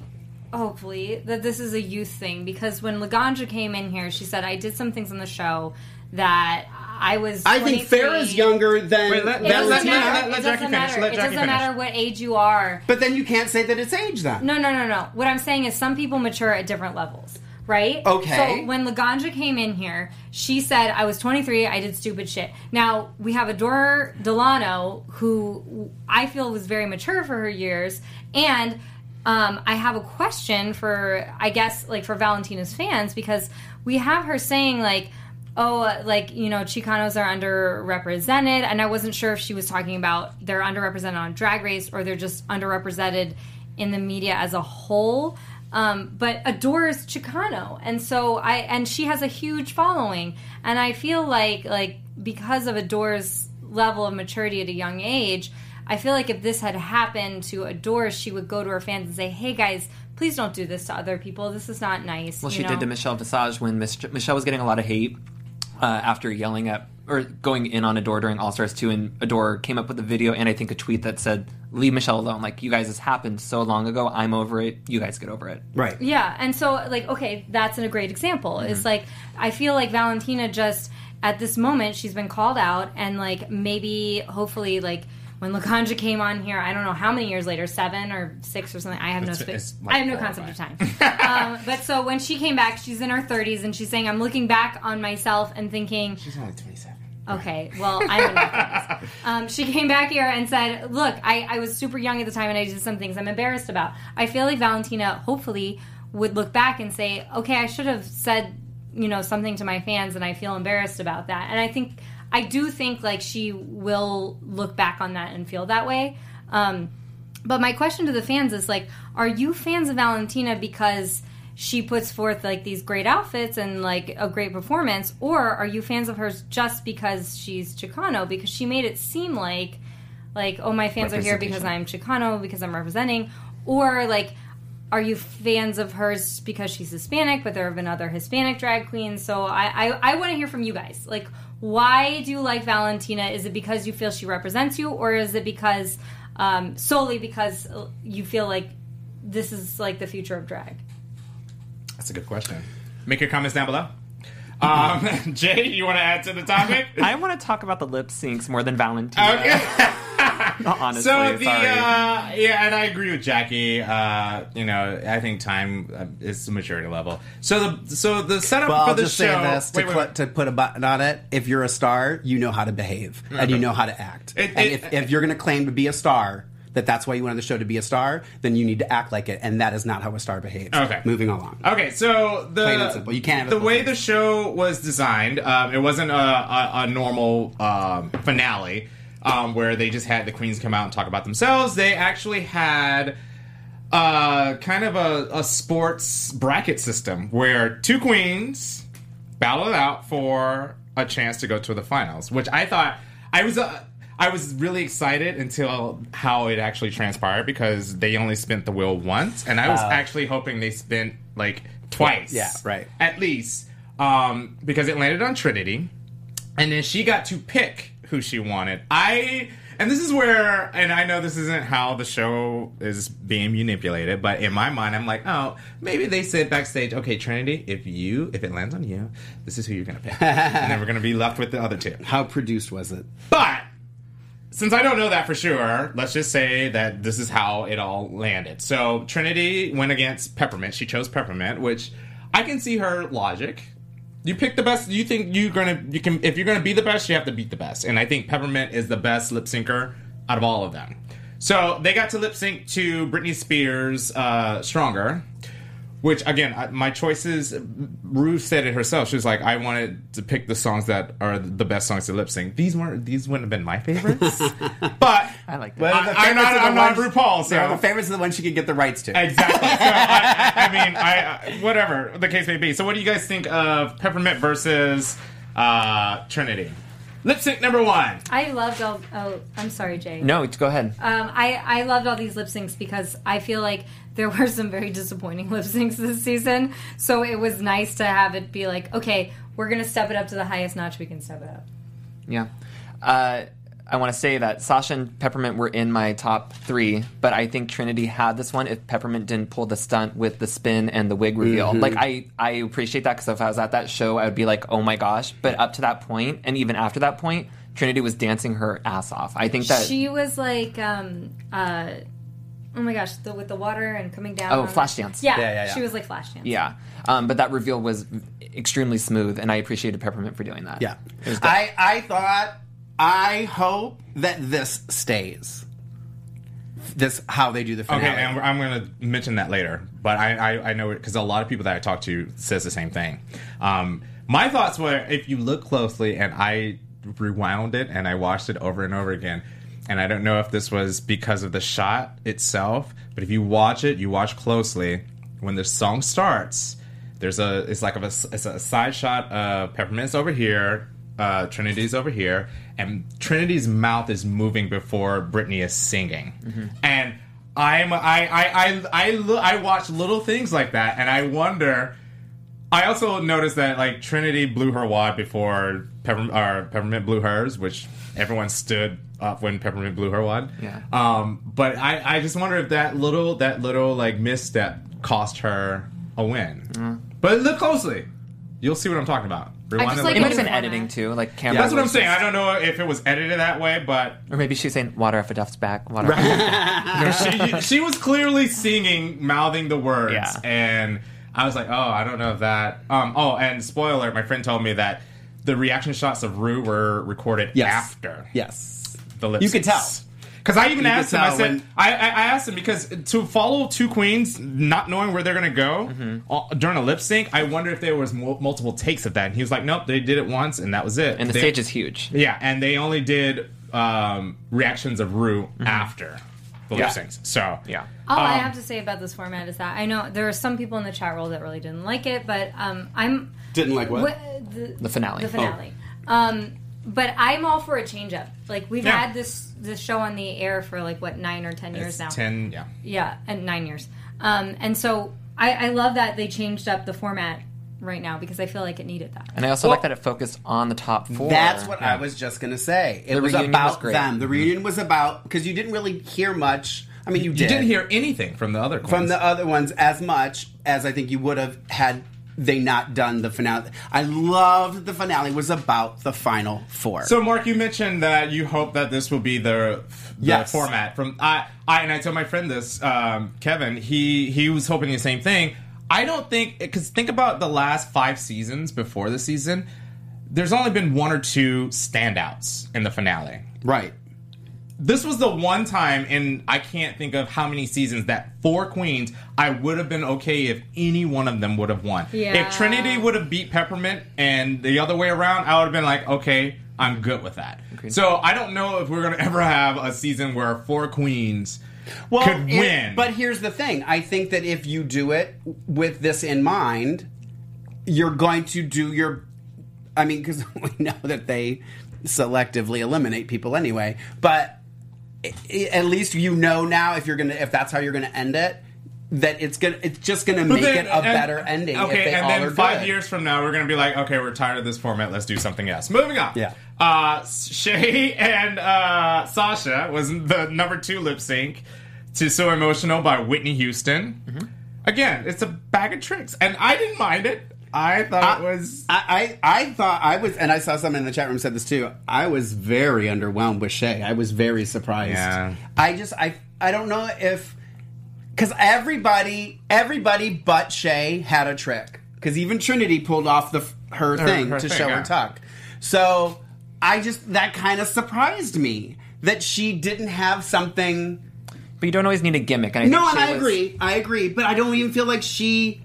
Speaker 1: hopefully, that this is a youth thing because when Laganja came in here, she said I did some things on the show that I was.
Speaker 5: I think
Speaker 1: 23."
Speaker 5: Farrah's younger than
Speaker 4: Wait, let-
Speaker 1: It
Speaker 4: let-
Speaker 1: doesn't
Speaker 4: let-
Speaker 1: matter.
Speaker 4: let- let
Speaker 1: it
Speaker 4: Jackie
Speaker 1: doesn't
Speaker 4: finish.
Speaker 1: matter.
Speaker 4: Let
Speaker 1: it
Speaker 4: Jackie
Speaker 1: doesn't
Speaker 4: finish.
Speaker 1: matter what age you are.
Speaker 5: But then you can't say that it's age then.
Speaker 1: No, no, no, no. What I'm saying is some people mature at different levels, right?
Speaker 5: Okay.
Speaker 1: So when Laganja came in here, she said, I was 23, I did stupid shit. Now, we have Adora Delano, who I feel was very mature for her years, and um, I have a question for, I guess, like for Valentina's fans, because we have her saying, like, oh, uh, like, you know, Chicanos are underrepresented. And I wasn't sure if she was talking about they're underrepresented on Drag Race or they're just underrepresented in the media as a whole. Um, but adores Chicano, and so I and she has a huge following, and I feel like like because of Adore's level of maturity at a young age, I feel like if this had happened to Adore, she would go to her fans and say, "Hey guys, please don't do this to other people. This is not nice."
Speaker 9: Well, she did to Michelle Visage when Mich- Michelle was getting a lot of hate uh, after yelling at or going in on Adore during All Stars 2, and Adore came up with a video and I think a tweet that said, Leave Michelle alone. Like, you guys, this happened so long ago. I'm over it. You guys get over it.
Speaker 5: Right.
Speaker 1: Yeah, and so like okay, that's a great example.
Speaker 4: Mm-hmm.
Speaker 1: It's like I feel like Valentina just at this moment she's been called out and like maybe hopefully like when Lacanja came on here, I don't know how many years later, seven or six or something. I have no
Speaker 4: It's-
Speaker 1: spa-
Speaker 4: it's like
Speaker 1: I have no
Speaker 4: four or
Speaker 1: concept of time. um, but so when she came back, she's in her 30s and she's saying, "I'm looking back on myself and thinking,
Speaker 4: She's only 27.
Speaker 1: Okay, well, I'm enough. um, she came back here and said, "Look, I, I was super young at the time, and I did some things I'm embarrassed about. I feel like Valentina, hopefully, would look back and say, okay, I should have said, you know, something to my fans, and I feel embarrassed about that.' And I think, I do think, like, she will look back on that and feel that way. Um, but my question to the fans is like, are you fans of Valentina because she puts forth like these great outfits and like a great performance, or are you fans of hers just because she's Chicano? Because she made it seem like, like, oh, my fans are here because I'm Chicano because I'm representing, or like, are you fans of hers because she's Hispanic? But there have been other Hispanic drag queens, so I I, I want to hear from you guys. Like, why do you like Valentina? Is it because you feel she represents you, or is it because um, solely because uh, you feel like this is like the future of drag?
Speaker 4: That's a good question. Make your comments down below. Um, [laughs] Jay, you want to add to the
Speaker 5: [laughs]
Speaker 4: topic?
Speaker 6: I want to talk about the lip syncs more than Valentina.
Speaker 9: [laughs]
Speaker 6: Honestly,
Speaker 4: so the
Speaker 6: sorry.
Speaker 4: uh, yeah, and I agree with Jackie. Uh, you know, I think time uh, is the maturity level. So the so the setup
Speaker 5: Well,
Speaker 4: for
Speaker 5: I'll
Speaker 4: the
Speaker 5: just
Speaker 4: show.
Speaker 5: say this to,
Speaker 4: wait, wait,
Speaker 5: cl-
Speaker 4: wait.
Speaker 5: to put a button on it. If you're a star, you know how to behave and you know how to act.
Speaker 4: It-
Speaker 5: and
Speaker 4: it-
Speaker 5: if, if you're going to claim to be a star, that that's why you wanted the show to be a star, then you need to act like it, and that is not how a star behaves.
Speaker 4: Okay.
Speaker 5: moving along.
Speaker 4: Okay, so the
Speaker 5: Plain and simple. You can't have it
Speaker 4: the
Speaker 5: both
Speaker 4: way
Speaker 5: ways.
Speaker 4: the show was designed, um, it wasn't a, a, a normal um, finale um, where they just had the queens come out and talk about themselves. They actually had uh, kind of a, a sports bracket system where two queens battled it out for a chance to go to the finals, which I thought I was uh, I was really excited until how it actually transpired because they only spent the wheel once, and I was actually hoping they spent like twice,
Speaker 5: Uh. Yeah, right.
Speaker 4: at least, um, because it landed on Trinity, and then she got to pick who she wanted. I and this is where and I know this isn't how the show is being manipulated, but in my mind I'm like, oh, maybe they said backstage, okay, Trinity, if you if it lands on you, this is who you're gonna pick. and then we're gonna be left with the other two.
Speaker 5: How produced was it?
Speaker 4: But since I don't know that for sure, let's just say that this is how it all landed. So Trinity went against Peppermint. She chose Peppermint, which I can see her logic. You pick the best. You think you're gonna you can if you're gonna be the best, you have to beat the best. And I think Peppermint is the best lip syncer out of all of them. So they got to lip sync to Britney Spears' uh, "Stronger," Which again, I, my choices. Rue said it herself. She was like, "I wanted to pick the songs that are the best songs to lip sync. These weren't. These wouldn't have been
Speaker 9: [laughs]
Speaker 4: my favorites. but
Speaker 9: I like that.
Speaker 5: Well,
Speaker 4: I-
Speaker 5: the
Speaker 4: I'm not-
Speaker 5: favorites are the
Speaker 4: I'm not
Speaker 5: ones-
Speaker 4: RuPaul, so-
Speaker 5: Yeah, the favorites are the ones she could get the rights to.
Speaker 4: Exactly. So I, I, I mean, I, I whatever the case may be. So, what do you guys think of Peppermint versus uh, Trinity? Lip sync number one.
Speaker 1: I loved all. Oh, I'm sorry, Jay.
Speaker 9: No, go ahead.
Speaker 1: Um, I I loved all these lip syncs because I feel like there were some very disappointing [laughs] lip syncs this season. So it was nice to have it be like, okay, we're gonna step it up to the highest notch we can step it up.
Speaker 9: Yeah. Uh, I want to say that Sasha and Peppermint were in my top three, but I think Trinity had this one if Peppermint didn't pull the stunt with the spin and the wig reveal.
Speaker 4: Mm-hmm.
Speaker 9: Like, I, I appreciate that because if I was at that show, I would be like, oh my gosh. But up to that point, and even after that point, Trinity was dancing her ass off. I think that.
Speaker 1: She was like, um, uh, oh my gosh, the, with the water and coming down.
Speaker 9: Oh,
Speaker 1: on-
Speaker 9: Flashdance.
Speaker 1: Yeah,
Speaker 5: yeah, yeah.
Speaker 1: she was like Flashdance.
Speaker 9: yeah. Um, but that reveal was extremely smooth, and I appreciated Peppermint for doing that.
Speaker 5: Yeah. I, I thought, I hope that this stays. This, how they do the
Speaker 4: Okay,
Speaker 5: finale.
Speaker 4: and I'm going to mention that later, but I I, I know because a lot of people that I talk to says the same thing. Um, my thoughts were if you look closely, and I rewound it and I watched it over and over again. And I don't know if this was because of the shot itself, but if you watch it, you watch closely. When the song starts, there's a it's like of a it's a side shot of Peppermint's over here, uh, Trinity's over here, and Trinity's mouth is moving before Brittany is singing, and I'm I I I I, lo- I watch little things like that, and I wonder. I also noticed that like Trinity blew her wad before Pepperm- or Peppermint blew hers, which everyone stood up when Peppermint blew her wad.
Speaker 9: Yeah.
Speaker 4: Um, but I, I just wonder if that little that little like misstep cost her a win. But look closely, you'll see what I'm talking about. Rewind
Speaker 1: just
Speaker 4: it
Speaker 1: like
Speaker 9: It
Speaker 4: later.
Speaker 9: might have been
Speaker 1: Yeah.
Speaker 9: editing too, like camera.
Speaker 4: That's what I'm
Speaker 9: was
Speaker 4: saying.
Speaker 9: just-
Speaker 4: I don't know if it was edited that way, but
Speaker 9: Or maybe she's saying water off a duff's back. Water. Off
Speaker 4: she, she was clearly singing, mouthing the words,
Speaker 9: Yeah.
Speaker 4: and I was like, oh, I don't know if that. Um, oh, and spoiler, my friend told me that the reaction shots of Rue were recorded
Speaker 5: Yes.
Speaker 4: after
Speaker 5: Yes.
Speaker 4: the lip.
Speaker 5: You could tell.
Speaker 4: Because I even
Speaker 5: You could
Speaker 4: asked him, I
Speaker 5: tell
Speaker 4: said,
Speaker 5: when-
Speaker 4: I, I, I asked him because to follow two queens, not knowing where they're going to go
Speaker 9: Mm-hmm.
Speaker 4: uh, during a lip sync, I wonder if there was mul- multiple takes of that. And he was like, nope, they did it once and that was it.
Speaker 9: and the
Speaker 4: They-
Speaker 9: stage is huge.
Speaker 4: yeah, and they only did um, reactions of Rue
Speaker 9: Mm-hmm.
Speaker 4: after the lip syncs. So yeah,
Speaker 1: All I have to say about this format is that I know there are some people in the chat world that really didn't like it, but um, I'm
Speaker 5: Didn't like what?
Speaker 1: wh- the,
Speaker 9: The finale.
Speaker 1: the
Speaker 6: Oh.
Speaker 1: finale. Um, but I'm all for a change up. Like we've
Speaker 4: Yeah.
Speaker 1: had this this show on the air for like what nine or ten years
Speaker 4: it's
Speaker 1: now.
Speaker 4: ten. Yeah,
Speaker 1: Yeah, and nine years. Um, and so I, I love that they changed up the format right now because I feel like it needed that.
Speaker 9: And I also like that it focused on the top four.
Speaker 5: That's what I was just gonna say. It
Speaker 9: The
Speaker 5: was
Speaker 9: reunion
Speaker 5: about
Speaker 9: was great.
Speaker 5: them. The reunion was about because you didn't really hear much. I mean, you,
Speaker 4: you
Speaker 5: did
Speaker 4: didn't hear anything from the other queens.
Speaker 5: from the other ones as much as I think you would have had they not done the finale. I loved the finale was about the final four.
Speaker 4: So, Mark, you mentioned that you hope that this will be the, the
Speaker 5: Yes.
Speaker 4: format. From I, I, and I told my friend this, um, Kevin. He he was hoping the same thing. I don't think because think about the last five seasons before the season. There's only been one or two standouts in the finale.
Speaker 5: right.
Speaker 4: This was the one time in I can't think of how many seasons that four queens I would have been okay if any one of them would have won.
Speaker 1: Yeah.
Speaker 4: If Trinity would have beat Peppermint and the other way around, I would have been like, okay, I'm good with that. So I don't know if we're gonna [laughs] ever have a season where four queens
Speaker 5: Well,
Speaker 4: could
Speaker 5: it-
Speaker 4: win.
Speaker 5: but here's the thing. I think that if you do it with this in mind, you're going to do your. I mean, because [laughs] we know that they selectively eliminate people anyway. But i- i- at least you know now if you're gonna if that's how you're gonna end it, that it's gonna it's just gonna
Speaker 4: But
Speaker 5: make
Speaker 4: then-
Speaker 5: it a
Speaker 4: and-
Speaker 5: better ending.
Speaker 4: Okay,
Speaker 5: if they
Speaker 4: and
Speaker 5: all
Speaker 4: then
Speaker 5: are
Speaker 4: five
Speaker 5: good.
Speaker 4: years from now, we're gonna be like, okay, we're tired of this format. Let's do something else. Moving on.
Speaker 5: Yeah.
Speaker 4: Uh, Shay [laughs] and uh, Sasha was the number two lip sync to "So Emotional" by Whitney Houston.
Speaker 5: Mm-hmm.
Speaker 4: Again, it's a bag of tricks, and I didn't mind it. I thought it was.
Speaker 5: I, I, I thought I was, and I saw someone in the chat room said this too. I was very underwhelmed with Shay. I was very surprised.
Speaker 4: Yeah.
Speaker 5: I just I I don't know if because everybody everybody but Shay had a trick because even Trinity pulled off the her thing
Speaker 4: her
Speaker 5: to
Speaker 4: thing,
Speaker 5: show
Speaker 4: yeah.
Speaker 5: her tuck. So I just that kind of surprised me that she didn't have something.
Speaker 9: But you don't always need a gimmick. And I
Speaker 5: No,
Speaker 9: think
Speaker 5: and
Speaker 9: she
Speaker 5: I
Speaker 9: was-
Speaker 5: agree. I agree, but I don't even feel like she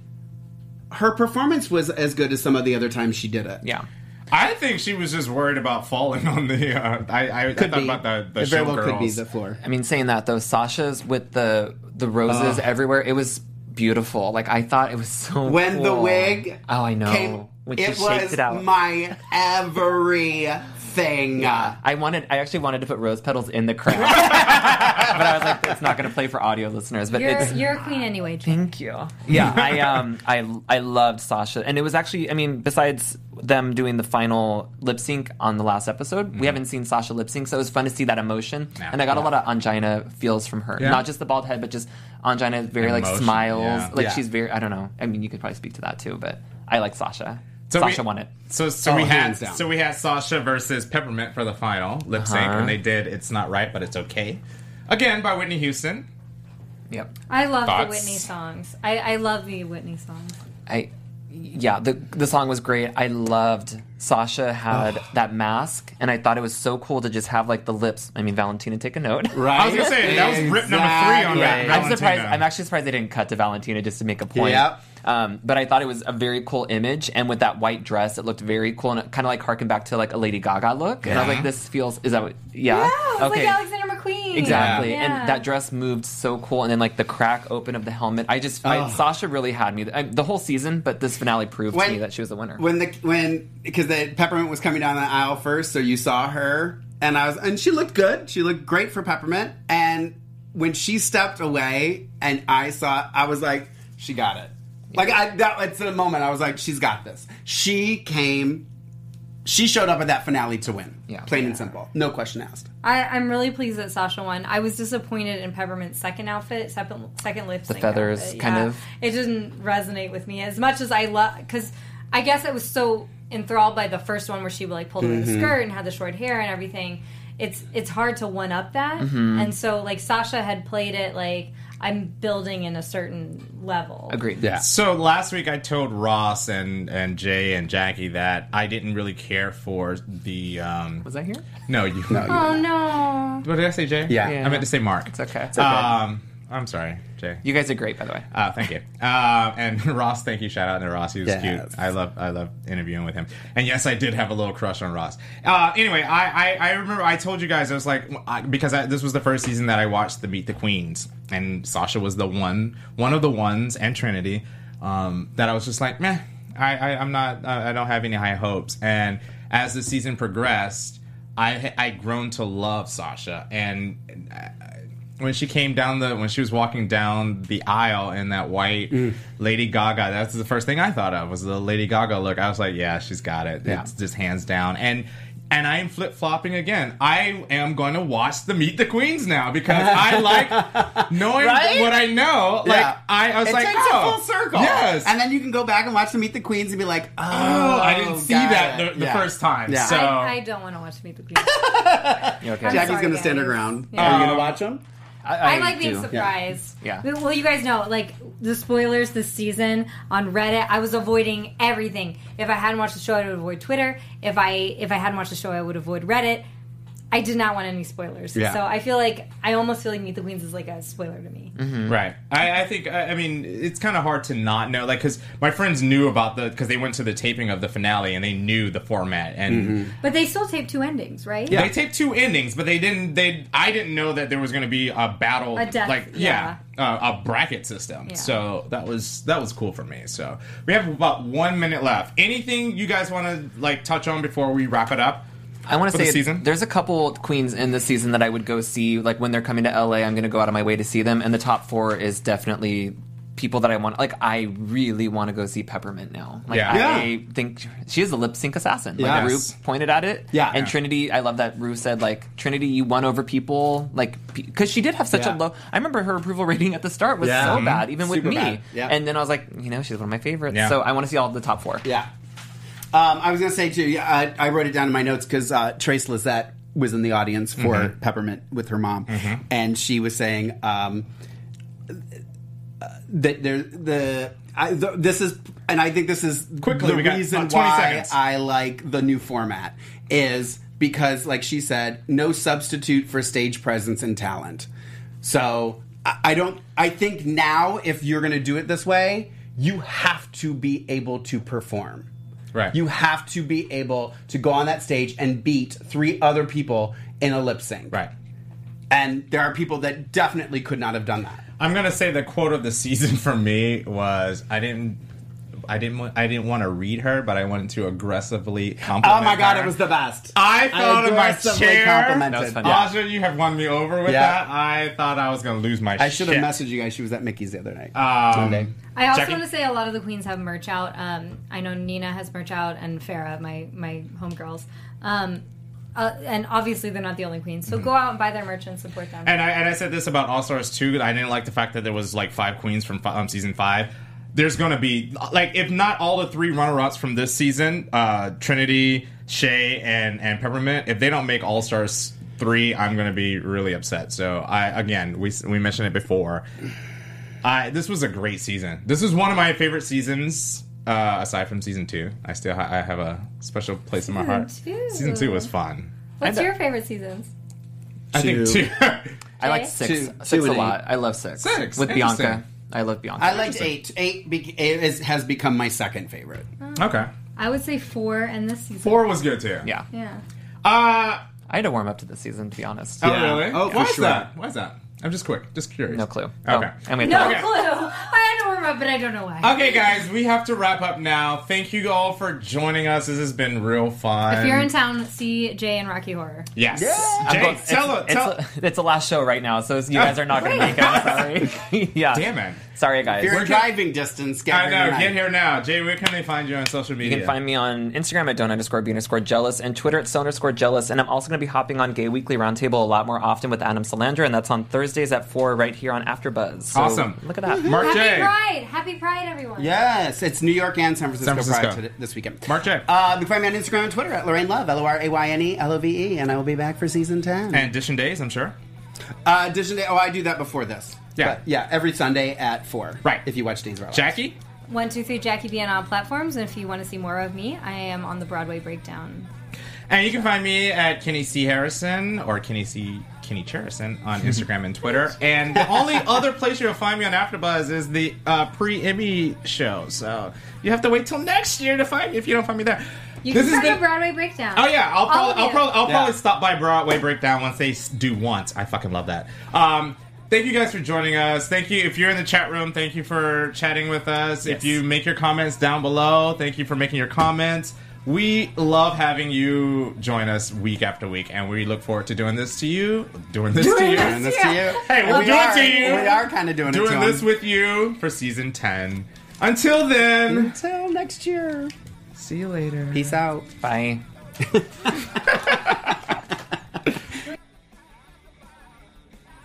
Speaker 5: her performance was as good as some of the other times she did it.
Speaker 10: Yeah.
Speaker 4: I think she was just worried about falling on the. Uh, I, I, I
Speaker 5: Could
Speaker 4: thought
Speaker 5: be.
Speaker 4: about the, the
Speaker 5: it very well could be
Speaker 4: showgirls.
Speaker 5: the floor.
Speaker 6: I mean, saying that though, Sasha's with the the roses everywhere, it was beautiful. Like I thought it was so.
Speaker 5: When the
Speaker 6: cool.
Speaker 5: wig
Speaker 6: Oh, I know.
Speaker 5: came,
Speaker 10: When she
Speaker 5: it
Speaker 10: shakes
Speaker 5: was
Speaker 10: it out.
Speaker 5: my everything.
Speaker 6: I wanted. I actually wanted to put rose
Speaker 5: [laughs]
Speaker 6: petals in the [laughs] crown, but I was like, it's not going to play for audio listeners. But
Speaker 1: You're,
Speaker 6: it's
Speaker 1: you're a queen anyway. Jake.
Speaker 6: Thank you. Yeah, I um, I I loved Sasha, and it was actually, I mean, besides them doing the final lip sync on the last episode, we haven't seen Sasha lip sync, so it was fun to see that emotion, and I got a lot of angina feels from her, not just the bald head, but just angina very like
Speaker 4: Emotion,
Speaker 6: smiles,
Speaker 4: yeah.
Speaker 6: like
Speaker 5: Yeah.
Speaker 6: she's very, I don't know, I mean, you could probably speak to that too, but I like Sasha.
Speaker 4: So
Speaker 6: Sasha
Speaker 4: we-
Speaker 6: won it.
Speaker 4: So so
Speaker 5: Oh,
Speaker 4: we had
Speaker 5: hands down. Uh-huh.
Speaker 4: so we had Sasha versus Peppermint for the final lip sync, and they did "It's Not Right, But It's Okay" again by Whitney Houston.
Speaker 6: Yep.
Speaker 1: I love
Speaker 4: Thoughts?
Speaker 1: the Whitney songs. I, I love the Whitney songs.
Speaker 6: I yeah, the the song was great. I loved Sasha had that mask and I thought it was so cool to just have like the lips. I mean, Valentina take a note.
Speaker 5: Right.
Speaker 4: I was gonna say that was rip number three on that.
Speaker 5: Exactly.
Speaker 6: I'm surprised.
Speaker 4: Valentina.
Speaker 6: I'm actually surprised they didn't cut to Valentina just to make a point.
Speaker 5: Yep.
Speaker 6: Um, but I thought it was a very cool image, and with that white dress, it looked very cool and kind of like harkened back to like a Lady Gaga look. And I was like, this feels. Is that what? Yeah.
Speaker 1: Yeah, it's like Alexander McQueen.
Speaker 6: Exactly,
Speaker 1: Yeah.
Speaker 6: and that dress moved so cool, and then like the crack open of the helmet. I just I, Sasha really had me I, the whole season, but this finale proved to
Speaker 5: When-
Speaker 6: me that she was the winner.
Speaker 5: when the when because the peppermint was coming down the aisle first, so you saw her, and I was, and she looked good. She looked great for peppermint. And when she stepped away, and I saw, I was like, she got it. Like I, that it's the moment I was like, she's got this. She came, she showed up at that finale to win.
Speaker 6: Yeah.
Speaker 5: plain and simple, no question asked.
Speaker 1: I, I'm really pleased that Sasha won. I was disappointed in Peppermint's second outfit, second, second lip sync.
Speaker 6: feathers,
Speaker 1: outfit,
Speaker 6: kind
Speaker 1: yeah.
Speaker 6: of.
Speaker 1: It didn't resonate with me as much as I love, because I guess I was so enthralled by the first one where she like pulled away the skirt and had the short hair and everything. It's it's hard to one up that,
Speaker 6: Mm-hmm.
Speaker 1: and so like Sasha had played it like I'm building in a certain level.
Speaker 6: Agreed.
Speaker 5: Yeah.
Speaker 4: So last week I told Ross and and Jay and Jackie that I didn't really care for the. Um,
Speaker 6: Was that here?
Speaker 4: no, you.
Speaker 1: Oh no!
Speaker 4: What did I say, Jay?
Speaker 5: Yeah.
Speaker 4: I meant to say Mark. It's
Speaker 6: okay. It's okay.
Speaker 4: Um, I'm sorry, Jay.
Speaker 6: You guys are great, by the way.
Speaker 4: Uh, thank you. Uh, and [laughs] Ross, thank you. Shout out to Ross. He was
Speaker 5: Yes.
Speaker 4: cute. I love I love interviewing with him. And yes, I did have a little crush on Ross. Uh, anyway, I, I, I remember I told you guys I was like I, because I, this was the first season that I watched the Meet the Queens, and Sasha was the one one of the ones and Trinity um, that I was just like meh. I, I I'm not I I don't have any high hopes. And as the season progressed, I I grown to love Sasha and. uh, I, when she came down the when she was walking down the aisle in that white Lady Gaga, that's the first thing I thought of was the Lady Gaga look. I was like, yeah, she's got it. It's just hands down. And and I'm flip flopping again. I am going to watch the Meet the Queens now because I like knowing
Speaker 5: Right?
Speaker 4: what I know. Like
Speaker 5: Yeah.
Speaker 4: I, I was
Speaker 5: it
Speaker 4: like,
Speaker 5: takes
Speaker 4: oh,
Speaker 5: it full circle.
Speaker 4: Yes,
Speaker 5: and then you can go back and watch the Meet the Queens and be like, oh,
Speaker 4: oh, I didn't see
Speaker 5: got
Speaker 4: that
Speaker 5: it.
Speaker 4: the, the
Speaker 5: Yeah.
Speaker 4: first time.
Speaker 5: Yeah.
Speaker 4: So
Speaker 1: I, I don't want to watch Meet the Queens.
Speaker 6: okay.
Speaker 1: I'm
Speaker 5: Jackie's
Speaker 1: sorry,
Speaker 5: gonna stand her
Speaker 1: guys.
Speaker 5: ground.
Speaker 1: Yeah.
Speaker 5: Are you gonna watch them?
Speaker 1: I, like being
Speaker 6: do.
Speaker 1: surprised.
Speaker 6: Yeah.
Speaker 1: Well, Well, you guys know, like the spoilers this season on Reddit, I was avoiding everything. If I hadn't watched the show, I would avoid Twitter. If I if I hadn't watched the show, I would avoid Reddit. I did not want any spoilers.
Speaker 4: Yeah.
Speaker 1: So I feel like I almost feel like Meet the Queens is like a spoiler to me.
Speaker 4: Right. I, I think, I, I mean, it's kind of hard to not know. Like, because my friends knew about the, because they went to the taping of the finale and they knew the format. And
Speaker 1: But they still taped two endings, right?
Speaker 4: they taped two endings, but they didn't, they, I didn't know that there was going to be a battle.
Speaker 1: A death-
Speaker 4: like, yeah. Uh, a bracket system.
Speaker 1: Yeah.
Speaker 4: So that was, that was cool for me. So we have about one minute left. Anything you guys want to, like, touch on before we wrap it up?
Speaker 6: I want
Speaker 4: For
Speaker 6: to
Speaker 4: the
Speaker 6: say
Speaker 4: season?
Speaker 6: there's a couple queens in this season that I would go see. Like when they're coming to LA, I'm going to go out of my way to see them. And the top four is definitely people that I want. Like I really want to go see Peppermint now. Like
Speaker 4: Yeah.
Speaker 6: I
Speaker 5: Yeah.
Speaker 6: think she is a lip sync assassin. Like
Speaker 4: Yes.
Speaker 6: Rue pointed at it.
Speaker 5: Yeah.
Speaker 6: And Trinity, I love that Rue said like Trinity, you won over people. Like because she did have such
Speaker 5: Yeah.
Speaker 6: a low. I remember her approval rating at the start was
Speaker 5: Yeah. Mm-hmm.
Speaker 6: so bad, even
Speaker 5: Super
Speaker 6: with me.
Speaker 5: bad. Yeah.
Speaker 6: And then I was like, you know, she's one of my favorites.
Speaker 4: Yeah.
Speaker 6: So I want to see all the top four.
Speaker 5: Yeah. Um, I was going to say, too, yeah, I, I wrote it down in my notes because uh, Trace Lizette was in the audience for
Speaker 4: Mm-hmm.
Speaker 5: Peppermint with her mom. And she was saying um, that there, the, I, the, this is, and I think this is
Speaker 4: Quickly,
Speaker 5: the
Speaker 4: we got
Speaker 5: reason
Speaker 4: about 20
Speaker 5: why
Speaker 4: seconds.
Speaker 5: I like the new format is because, like she said, no substitute for stage presence and talent. So I, I don't. I think now, if you're going to do it this way, you have to be able to perform.
Speaker 4: Right.
Speaker 5: You have to be able to go on that stage and beat three other people in a lip sync.
Speaker 4: Right.
Speaker 5: And there are people that definitely could not have done that.
Speaker 4: I'm gonna say the quote of the season [laughs] for me was I didn't. I didn't. wa- I didn't want to read her, but I wanted to aggressively compliment.
Speaker 5: Oh my god,
Speaker 4: her.
Speaker 5: it was the best.
Speaker 4: I fell in my
Speaker 5: aggressively
Speaker 4: chair.
Speaker 5: complimented.
Speaker 9: That was fun.
Speaker 4: Asha, you have won me over with
Speaker 5: Yeah.
Speaker 4: that. I thought I was gonna lose my.
Speaker 5: I should have
Speaker 4: shit.
Speaker 5: messaged you guys. She was at Mickey's the other night. Sunday.
Speaker 4: Um,
Speaker 1: I also
Speaker 4: Jackie?
Speaker 1: want to say a lot of the queens have merch out. Um, I know Nina has merch out, and Farah, my my homegirls. Um, uh, and obviously, they're not the only queens, so go out and buy their merch and support them.
Speaker 4: And I and I said this about All Stars too. I didn't like the fact that there was like five queens from fi- um, season five. There's gonna be like if not all the three runner ups from this season, uh, Trinity, Shay, and and Peppermint. If they don't make All Stars three, I'm gonna be really upset. So I again we s- we mentioned it before. I this was a great season. This is one of my favorite seasons. Uh, aside from season two, I still ha- I have a special place in my heart.
Speaker 1: Season two.
Speaker 4: Season two was fun.
Speaker 1: What's your favorite seasons?
Speaker 4: I think
Speaker 9: Two.
Speaker 4: two. [laughs]
Speaker 9: I like
Speaker 1: Okay.
Speaker 9: six.
Speaker 5: Two-
Speaker 9: six
Speaker 5: two
Speaker 9: a
Speaker 5: and
Speaker 9: lot. I love six.
Speaker 4: Six,
Speaker 9: With Bianca.
Speaker 4: interesting.
Speaker 9: I love Bianca.
Speaker 5: I liked eight. Eight be- it is, has become my second favorite.
Speaker 4: okay,
Speaker 1: I would say four, and this season.
Speaker 4: four was good too.
Speaker 9: Yeah.
Speaker 1: Yeah.
Speaker 4: Uh,
Speaker 9: I had to warm up to this season, to be honest.
Speaker 4: Oh,
Speaker 5: Yeah.
Speaker 4: really?
Speaker 5: Oh, for
Speaker 4: Why is
Speaker 5: sure.
Speaker 4: that? Why is that? I'm just quick, just curious.
Speaker 9: No clue. Oh,
Speaker 4: Okay.
Speaker 9: and we had
Speaker 1: No
Speaker 9: to-
Speaker 1: clue. [laughs] I had to warm up, but I don't know why.
Speaker 4: Okay, guys, we have to wrap up now. Thank you all for joining us. This has been real fun.
Speaker 1: If you're in town, see Jay and Rocky Horror.
Speaker 4: yes.
Speaker 9: I'm
Speaker 4: Jay,
Speaker 9: going-
Speaker 4: tell
Speaker 9: it's,
Speaker 4: tell. Oh.
Speaker 9: it's, it's the last show right now, so you guys are not going to make it. I'm
Speaker 4: [laughs]
Speaker 9: sorry. [laughs] yeah.
Speaker 4: damn it.
Speaker 9: Sorry, guys.
Speaker 5: You're
Speaker 4: We're
Speaker 5: driving distance. Get
Speaker 4: I
Speaker 5: here
Speaker 4: know.
Speaker 5: tonight.
Speaker 4: Get here now, Jay. Where can they find you on social media?
Speaker 9: You can find me on Instagram at don't underscore be underscore jealous and Twitter at so underscore jealous. And I'm also going to be hopping on Gay Weekly Roundtable a lot more often with Adam Salandra, and that's on Thursdays at 4 right here on AfterBuzz. So
Speaker 4: Awesome. Mm-hmm.
Speaker 9: Look at that.
Speaker 4: Mark
Speaker 1: Happy
Speaker 4: J.
Speaker 1: Pride! Happy Pride, everyone!
Speaker 5: Yes, it's New York and San Francisco,
Speaker 4: San Francisco.
Speaker 5: Pride today- this weekend.
Speaker 4: Mark J.
Speaker 5: Uh, you can find me on Instagram and Twitter at Lorraine Love, L O R A Y N E L O V E, and I will be back for season 10.
Speaker 4: And Edition Days, I'm sure.
Speaker 5: uh, Disney, oh, I do that before this.
Speaker 4: Yeah.
Speaker 5: But, yeah, every Sunday at 4.
Speaker 4: Right.
Speaker 5: If you watch Days of Our Lives.
Speaker 4: Jackie.
Speaker 1: One, two, three, Jackie B on all platforms. And if you want to see more of me, I am on the Broadway Breakdown.
Speaker 4: And you can find me at Kenny C. Harrison or Kenny C. Kenny Cherrison on Instagram and Twitter. And the only other place you'll find me on AfterBuzz is the uh, pre-Emmy show. So you have to wait till next year to find me if you don't find me there.
Speaker 1: You
Speaker 4: This
Speaker 1: can
Speaker 4: has
Speaker 1: find a
Speaker 4: been-
Speaker 1: Broadway Breakdown.
Speaker 4: Oh yeah, I'll
Speaker 1: All
Speaker 4: probably,
Speaker 1: of
Speaker 4: I'll
Speaker 1: you.
Speaker 4: probably, I'll
Speaker 5: Yeah.
Speaker 4: probably stop by Broadway Breakdown once they s- do once. I fucking love that. Um, thank you guys for joining us. Thank you if you're in the chat room. Thank you for chatting with us.
Speaker 9: Yes.
Speaker 4: If you make your comments down below, thank you for making your comments. We love having you join us week after week, and we look forward to doing this to you, doing this to you,
Speaker 5: Doing this to you.
Speaker 4: Hey, we're
Speaker 5: we
Speaker 4: doing it
Speaker 5: are,
Speaker 4: to you.
Speaker 5: We are kind of doing, it
Speaker 4: doing
Speaker 5: to
Speaker 4: this
Speaker 5: 'em.
Speaker 4: with you for season ten. Until then,
Speaker 5: Until next year.
Speaker 4: see you later.
Speaker 5: Peace out.
Speaker 9: Bye.